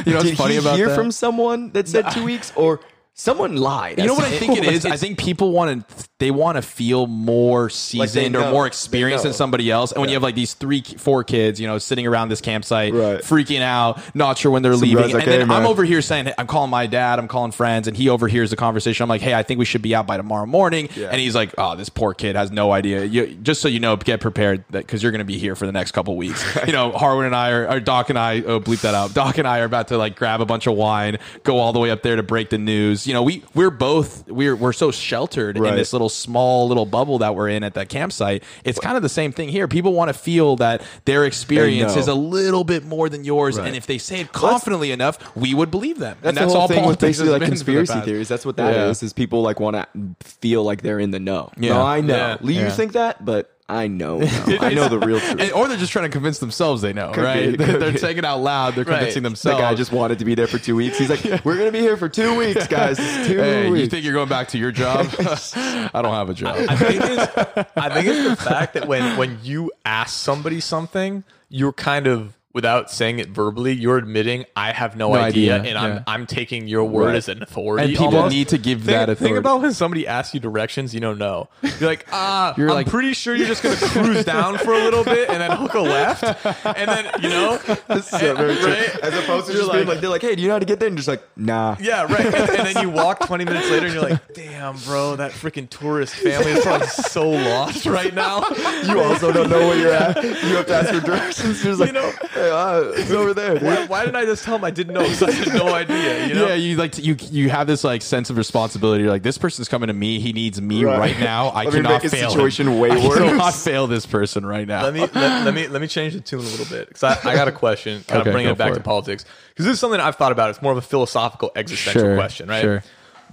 you
know what's
did
funny
he
about
hear
that?
from someone that said two weeks or someone lied?
You know what I think it is? I think people want to they want to feel more seasoned
know.
or more experienced
They know.
than somebody else. And when you have like these three, four kids, you know, sitting around this campsite,
Right.
freaking out, not sure when they're
guy's
leaving,
like,
and then
"Hey, man."
I'm over here saying, I'm calling my dad, I'm calling friends, and he overhears the conversation. I'm like, hey, I think we should be out by tomorrow morning, and he's like, oh, this poor kid has no idea. You, just so you know, get prepared that because you're going to be here for the next couple weeks. You know, Harwin and I are, or Doc and I, oh, bleep that out. Doc and I are about to like grab a bunch of wine, go all the way up there to break the news. You know, we we're both we're we're so sheltered
Right.
in this little small little bubble that we're in at that campsite. It's kind of the same thing here. People want to feel that their experience
know.
is a little bit more than yours, and if they say it confidently enough, we would believe them.
that's,
and that's
the whole
all
thing with
politics has
basically like
been for the
conspiracy
past-
theories. That's what that is.
Yeah.
is. people like want to feel like they're in the know.
Yeah.
No, I know.
Yeah.
Lee, you
Yeah.
think that, but I know. now. I know the real truth.
And- or they're just trying to convince themselves they know,
Could
right?
be,
they're
could
they're
be.
saying it out loud. They're convincing
the
themselves.
guy just wanted to be there for two weeks. He's like, "We're gonna be here for two weeks, guys. It's two
Hey,
weeks."
you think you're going back to your job? I don't have a job.
I think it's, I think it's the fact that when when you ask somebody something, you're kind of without saying it verbally, you're admitting I have no, idea,
idea,
and I'm
yeah.
I'm taking your word
Right.
as an authority.
And people
almost.
need to give
think,
that authority.
Think about when somebody asks you directions, you don't know. You're like, ah,
You're
I'm
like-
pretty sure you're just gonna cruise down for a little bit and then hook a left, and then you know,
so very true.
right?
As opposed to
You're
just
like-
being like, they're like, "Hey, do you know how to get there?" And just like, "Nah."
Yeah, right. And, and then you walk 20 minutes later and you're like, damn, bro, that freaking tourist family is probably so lost right now.
You also don't know where you're at. You have to ask for directions. You're just like,
You know,
hey, uh, it's over there. dude."
Why, why didn't I just tell him I didn't know? 'Cause I had no idea. You know?
Yeah, you like you you have this like sense of responsibility. You're like this person's coming to me. He needs me right,
Right.
now. I
Let me
cannot
make his
fail him.
situation way
I cannot
worse.
fail this person right now.
let me let, let me let me change the tune a little bit because I, I got a question. Kind
Okay,
of bringing
go
it back
for
to
it.
politics because this is something I've thought about. It's more of a philosophical, existential
Sure,
question, right?
sure.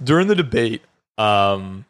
During the debate, um,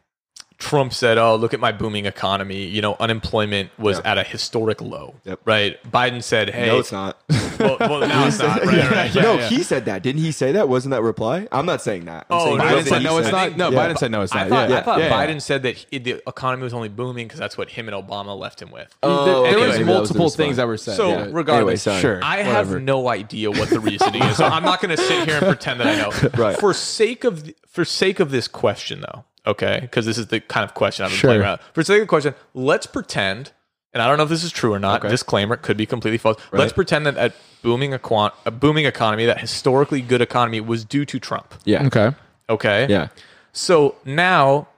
Trump said, "Oh, look at my booming economy. You know, unemployment was at a historic low."
Yep.
Right? Biden said, "Hey,
No, it's not.
Well, well, now it's not. Right, right, right.
no,
yeah.
he said that. Didn't he say that? Wasn't that reply? I'm not saying that. I'm
Oh,
saying
no,
that's
Biden said
Biden
what
said
he
no, it's not.
said-
No,
Yeah.
Biden said no, it's
I
not.
thought,
yeah.
I thought
yeah, yeah.
Biden said that he, the economy was only booming because that's what him and Obama left him with.
Oh,
There
okay,
was
maybe that was the
multiple things
response.
that were said.
So
yeah.
regardless,
Anyway, sorry.
Sure.
I have
Whatever.
no idea what the reasoning is. So I'm not going to sit here and pretend that I know.
Right.
For sake of th- for sake of this question, though, okay, because this is the kind of question I've been playing
Sure.
around. For sake of the question, let's pretend, and I don't know if this is true or not. Disclaimer: it could be completely false. Let's pretend that a booming equa- a booming economy, that historically good economy, was due to Trump.
Yeah.
okay.
Okay.
Yeah.
So now,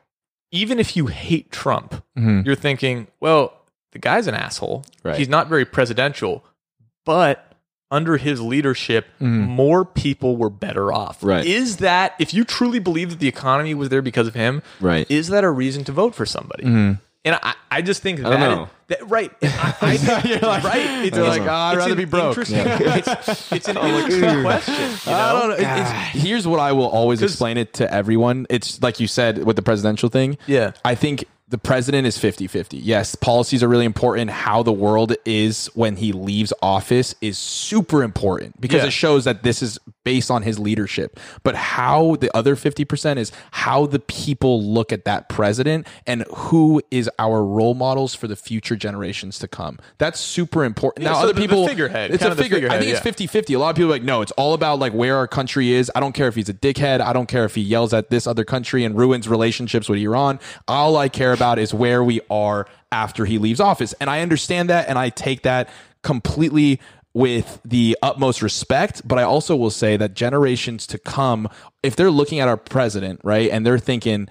even if you hate Trump, you're thinking, well, the guy's an asshole.
Right.
He's not very presidential, but under his leadership, more people were better off.
Right.
Is that, if you truly believe that the economy was there because of him,
Right.
is that a reason to vote for somebody? And I, I just think that,
don't know.
that right. I, I think, right. It's,
you're
it's-
like, "Ah, I'd
it's
rather
an
be broke."
interesting- It's, it's an interesting question. You know?
I don't know. It- it's- here's what I will always explain it to everyone. It's like you said with the presidential thing.
Yeah.
I think the president is 50 50. Yes, policies are really important. How the world is when he leaves office is super important because
Yeah.
it shows that this is based on his leadership. But how the other 50% is how the people look at that president and who is our role models for the future generations to come. That's super important. now,
so
other
the- the
people,
figurehead,
it's
kind
a
of the
figure. I
figurehead,
think it's
yeah.
50 50. A lot of people are like, no, it's all about like where our country is. I don't care if he's a dickhead. I don't care if he yells at this other country and ruins relationships with Iran. All I care about is where we are after he leaves office. And I understand that and I take that completely with the utmost respect. But I also will say that generations to come, if they're looking at our president, right, and they're thinking,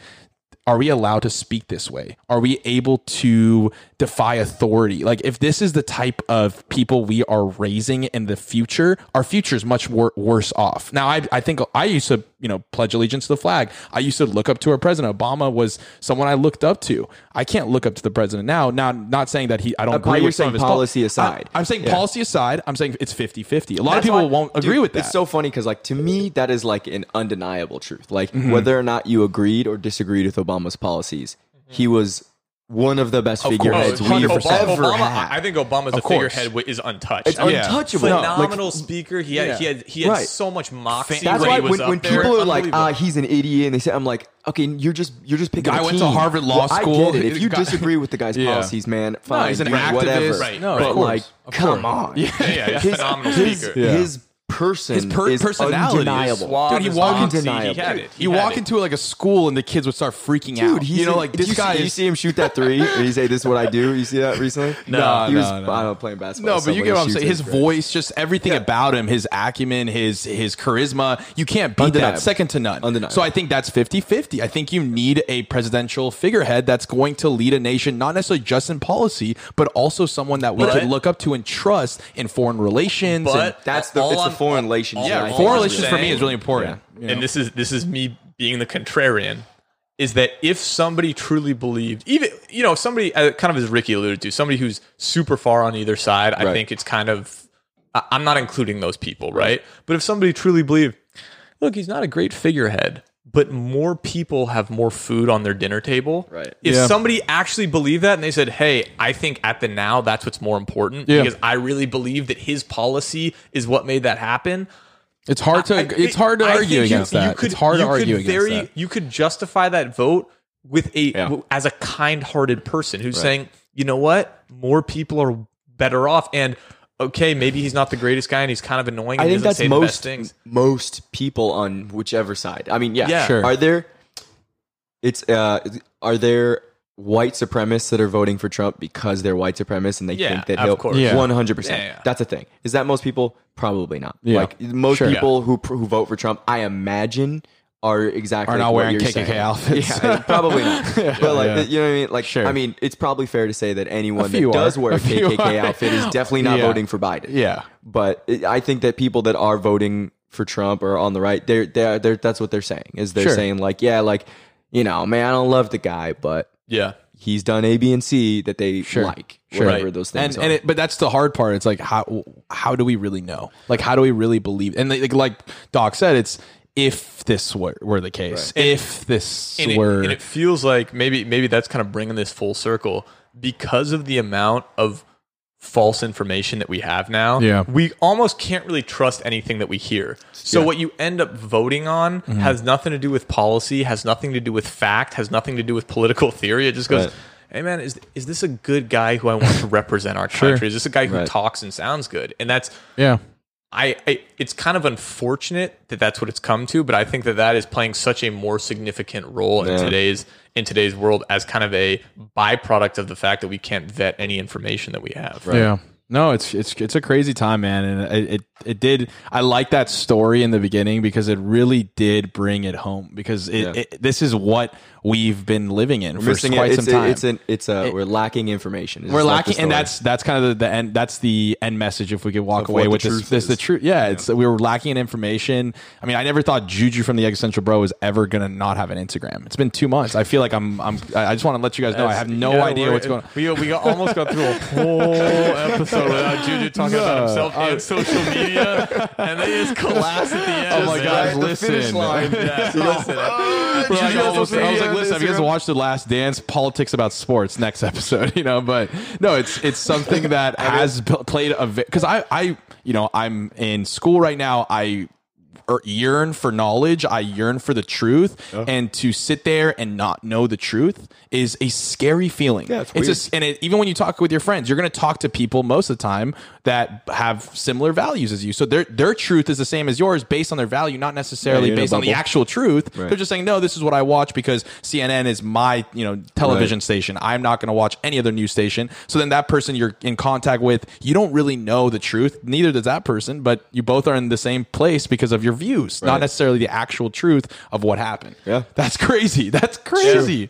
are we allowed to speak this way? Are we able to defy authority? Like, if this is the type of people we are raising in the future, our future is much wor- worse off. Now, I, I think I used to, you know, pledge allegiance to the flag. I used to look up to our president. Obama was someone I looked up to. I can't look up to the president now. Now, not saying that he, I don't
but
agree
you're
with some
saying
of his pol-
policy aside.
I, am saying
Yeah.
policy aside. I'm saying it's 50 50. A lot of
That's
people
why-
won't agree
dude,
with that.
It's so funny because, like, to me, that is like an undeniable truth. Like, whether or not you agreed or disagreed with Obama's policies, he was one of the best figureheads
Oh,
we've
100%.
ever
Obama,
had.
I think Obama's a
course.
figurehead wi- is untouched.
it's
I mean,
Yeah.
untouchable.
phenomenal
Like,
speaker. He had,
Yeah.
he had he had
Right.
so much moxie.
that's
when,
why
he was
when,
up
when
there.
people are like,
Unbelievable.
"Ah, he's an idiot," and they say, "I'm like, okay, you're just you're just picking."
Guy
a
went to
team."
Harvard Law
Well, I
School.
get it. If
It
you
got-
disagree with the guy's
Yeah.
policies, man, fine.
he's an
dude,
activist.
Whatever.
Right,
No, of
but
course,
like,
of
come
course.
on. Yeah,
yeah, he's a phenomenal
his,
speaker.
Yeah.
His person,
His per-
is
personality Mm, is
undeniable.
suave. Dude, he
his
walked
moxie,
undeniable.
He had it. He
you
had
walk
it.
into like a school and the kids would start freaking out.
Dude, he's
you know,
in-
like
did
this
you
guy
See, did you
is
see him shoot that three, and you say, "This is what I do." You see that recently?
No,
he was
no, no.
I don't playing basketball.
No, but you
Someone
get what I'm
shoots
saying.
it.
His voice, just everything about him, his acumen, his his charisma, you can't beat
Undeniable.
that second to none.
Undeniable.
So I think that's 50-50. I think you need a presidential figurehead that's going to lead a nation, not necessarily just in policy, but also someone that we
But-
could look up to and trust in foreign relations.
But
That's the
All
it's the
I'm-
foreign relations.
all-
that
and,
I
yeah,
think
foreign
is
relations for
really-
me is really important. you know?
and this is this is me being the contrarian is that if somebody truly believed even you know somebody uh, kind of as ricky alluded to somebody who's super far on either side i
Right.
think it's kind of I- i'm not including those people right but if somebody truly believed look he's not a great figurehead but more people have more food on their dinner table
Right.
if
Yeah.
somebody actually believed that and they said hey i think at the now that's what's more important
Yeah.
because i really believe that his policy is what made that happen
it's hard to
I think-
it's hard to
I think
argue
you-
against
you
that.
could-
it's hard to
you could
argue against
very-
that.
You could justify that vote with a
Yeah.
as a kind-hearted person who's saying, you know what, more people are better off, and okay, maybe he's not the greatest guy, and he's kind of annoying.
I
and he
think
doesn't
that's
say the best
most
things.
most people on whichever side. I mean, yeah,
Yeah. Sure.
Are there? It's uh, are there white supremacists that are voting for Trump because they're white supremacists and they
Yeah,
think that
of
he'll
course.
Yeah.
one hundred
Yeah, yeah.
percent. That's a thing. Is that most people? Probably not.
Yeah.
Like most
Sure.
people who who vote for Trump, I imagine are exactly
Are not
what
wearing
you're
KKK
saying.
outfits.
Yeah, probably not. But like,
Yeah.
you know what I mean? Like,
Sure.
I mean, it's probably fair to say that anyone
few
that does
are.
wear a
A few
KKK
are.
outfit is definitely not
Yeah.
voting for Biden.
Yeah.
But it, I think that people that are voting for Trump or on the right, they're they're, they're that's what they're saying. Is they're
Sure.
saying like, yeah, like, you know, man, I don't love the guy, but
Yeah.
he's done A, B, and C that they like, whatever
Right.
those things
and
are.
and it, but that's the hard part. It's like how how do we really know? Like how do we really believe? And like like Doc said, it's if this were, were the case, if this
and it,
were
and it feels like maybe maybe that's kind of bringing this full circle because of the amount of false information that we have now
Yeah.
we almost can't really trust anything that we hear so what you end up voting on has nothing to do with policy has nothing to do with fact has nothing to do with political theory it just goes
Right.
hey man is, is this a good guy who i want to represent our country is this a guy who
Right.
talks and sounds good and that's
yeah.
I, I it's kind of unfortunate that that's what it's come to, but I think that that is playing such a more significant role in
Yeah.
today's in today's world as kind of a byproduct of the fact that we can't vet any information that we have. Right.
Yeah. No, it's it's it's a crazy time, man, and it, it it did. I like that story in the beginning because it really did bring it home because it,
Yeah.
it this is what we've been living in for
Missing it.
quite
it's,
some time.
a, it's an it's a we're lacking information. It's
we're
just not
lacking,
the
and
story.
that's that's kind of the, the end. That's the end message. If we could walk away with
what the
this,
truth
this the
is.
truth. Yeah, it's we were lacking in information. I mean, I never thought Juju from the Existential Bro was ever gonna not have an Instagram. It's been two months. I feel like I'm. I'm. I I just want to let you guys know I have no idea what's going. on.
We, we got- almost got through a whole episode without Juju talking about himself and social media, and they just collapse at the end.
Oh my
man.
gosh,
the
listen.
finish line.
Yeah, listen.
Bro, I,
Juju on
almost-
social
I was
media.
like, listen, have you guys watched The Last Dance? Politics about sports next episode, you know. But no, it's it's something that has p- played a because I I you know I'm in school right now. I er- yearn for knowledge. I yearn for the truth, and to sit there and not know the truth is a scary feeling.
Yeah, it's
a
weird.
s- and it, even when you talk with your friends, you're going to talk to people most of the time that have similar values as you. So their their truth is the same as yours based on their value, not necessarily
you're in a
based on the
bubble.
actual truth.
Right.
They're just saying, no, this is what I watch because CNN is my you know television station. I'm not going to watch any other news station. So then that person you're in contact with, you don't really know the truth. Neither does that person, but you both are in the same place because of your views, not
Right.
necessarily the actual truth of what happened.
Yeah.
that's crazy. That's crazy.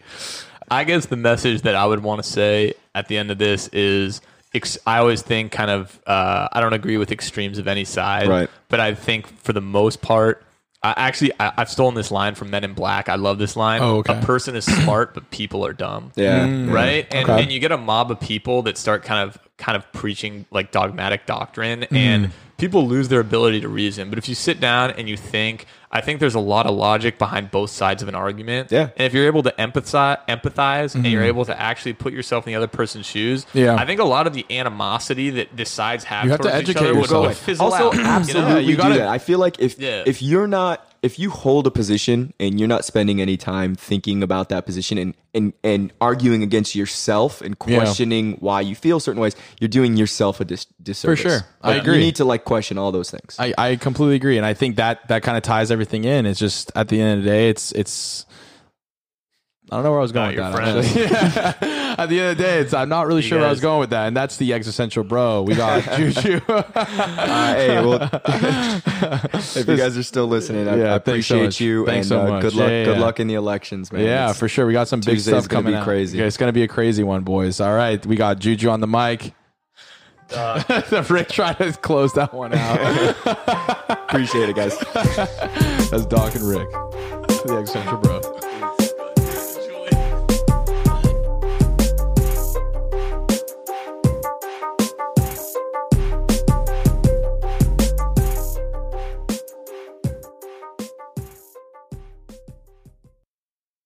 I guess the message that I would want to say at the end of this is ex- I always think kind of uh, I don't agree with extremes of any side,
Right.
but I think for the most part, I actually I, I've stolen this line from Men in Black. I love this line.
Oh, okay.
A person is smart, but people are dumb.
yeah.
Mm. Mm-hmm.
yeah.
Right, and, and you get a mob of people that start kind of kind of preaching like dogmatic doctrine,
Mm.
and people lose their ability to reason. But if you sit down and you think, I think there's a lot of logic behind both sides of an argument.
Yeah.
And if you're able to empathize, empathize and you're able to actually put yourself in the other person's shoes,
Mm-hmm. Yeah.
I think a lot of the animosity that the sides have
You have to
towards each
educate
other would,
yourself.
would fizzle
also,
out. you know?
absolutely,
Yeah, you
do
gotta-
that. I feel like if
Yeah.
if you're not if you hold a position and you're not spending any time thinking about that position and and and arguing against yourself and questioning why you feel certain ways, you're doing yourself a dis- disservice.
sure. I
Like,
agree.
You need to like question all those things.
I, I completely agree, and I think that that kind of ties everything in. It's just at the end of the day, it's it's. I don't know where I was going
Not
with
your
that. actually. Yeah. At the end of the day, it's, I'm not really sure where I was
guys-
going with that, and that's the existential bro. We got Juju.
Uh, hey, well, if you guys are still listening, I,
Yeah,
I
thanks so
appreciate
much.
you.
Thanks
and
so
uh,
much.
good luck.
Yeah, yeah,
Good
yeah.
luck in the elections, man.
yeah,
It's-
for sure. We got some big
Tuesday's
stuff
gonna
coming.
be
out.
crazy.
Yeah, it's gonna be a crazy one, boys. All right, we got Juju on the mic. Rick tried to close that one out.
appreciate it, guys.
That's Doc and Rick, the existential bro.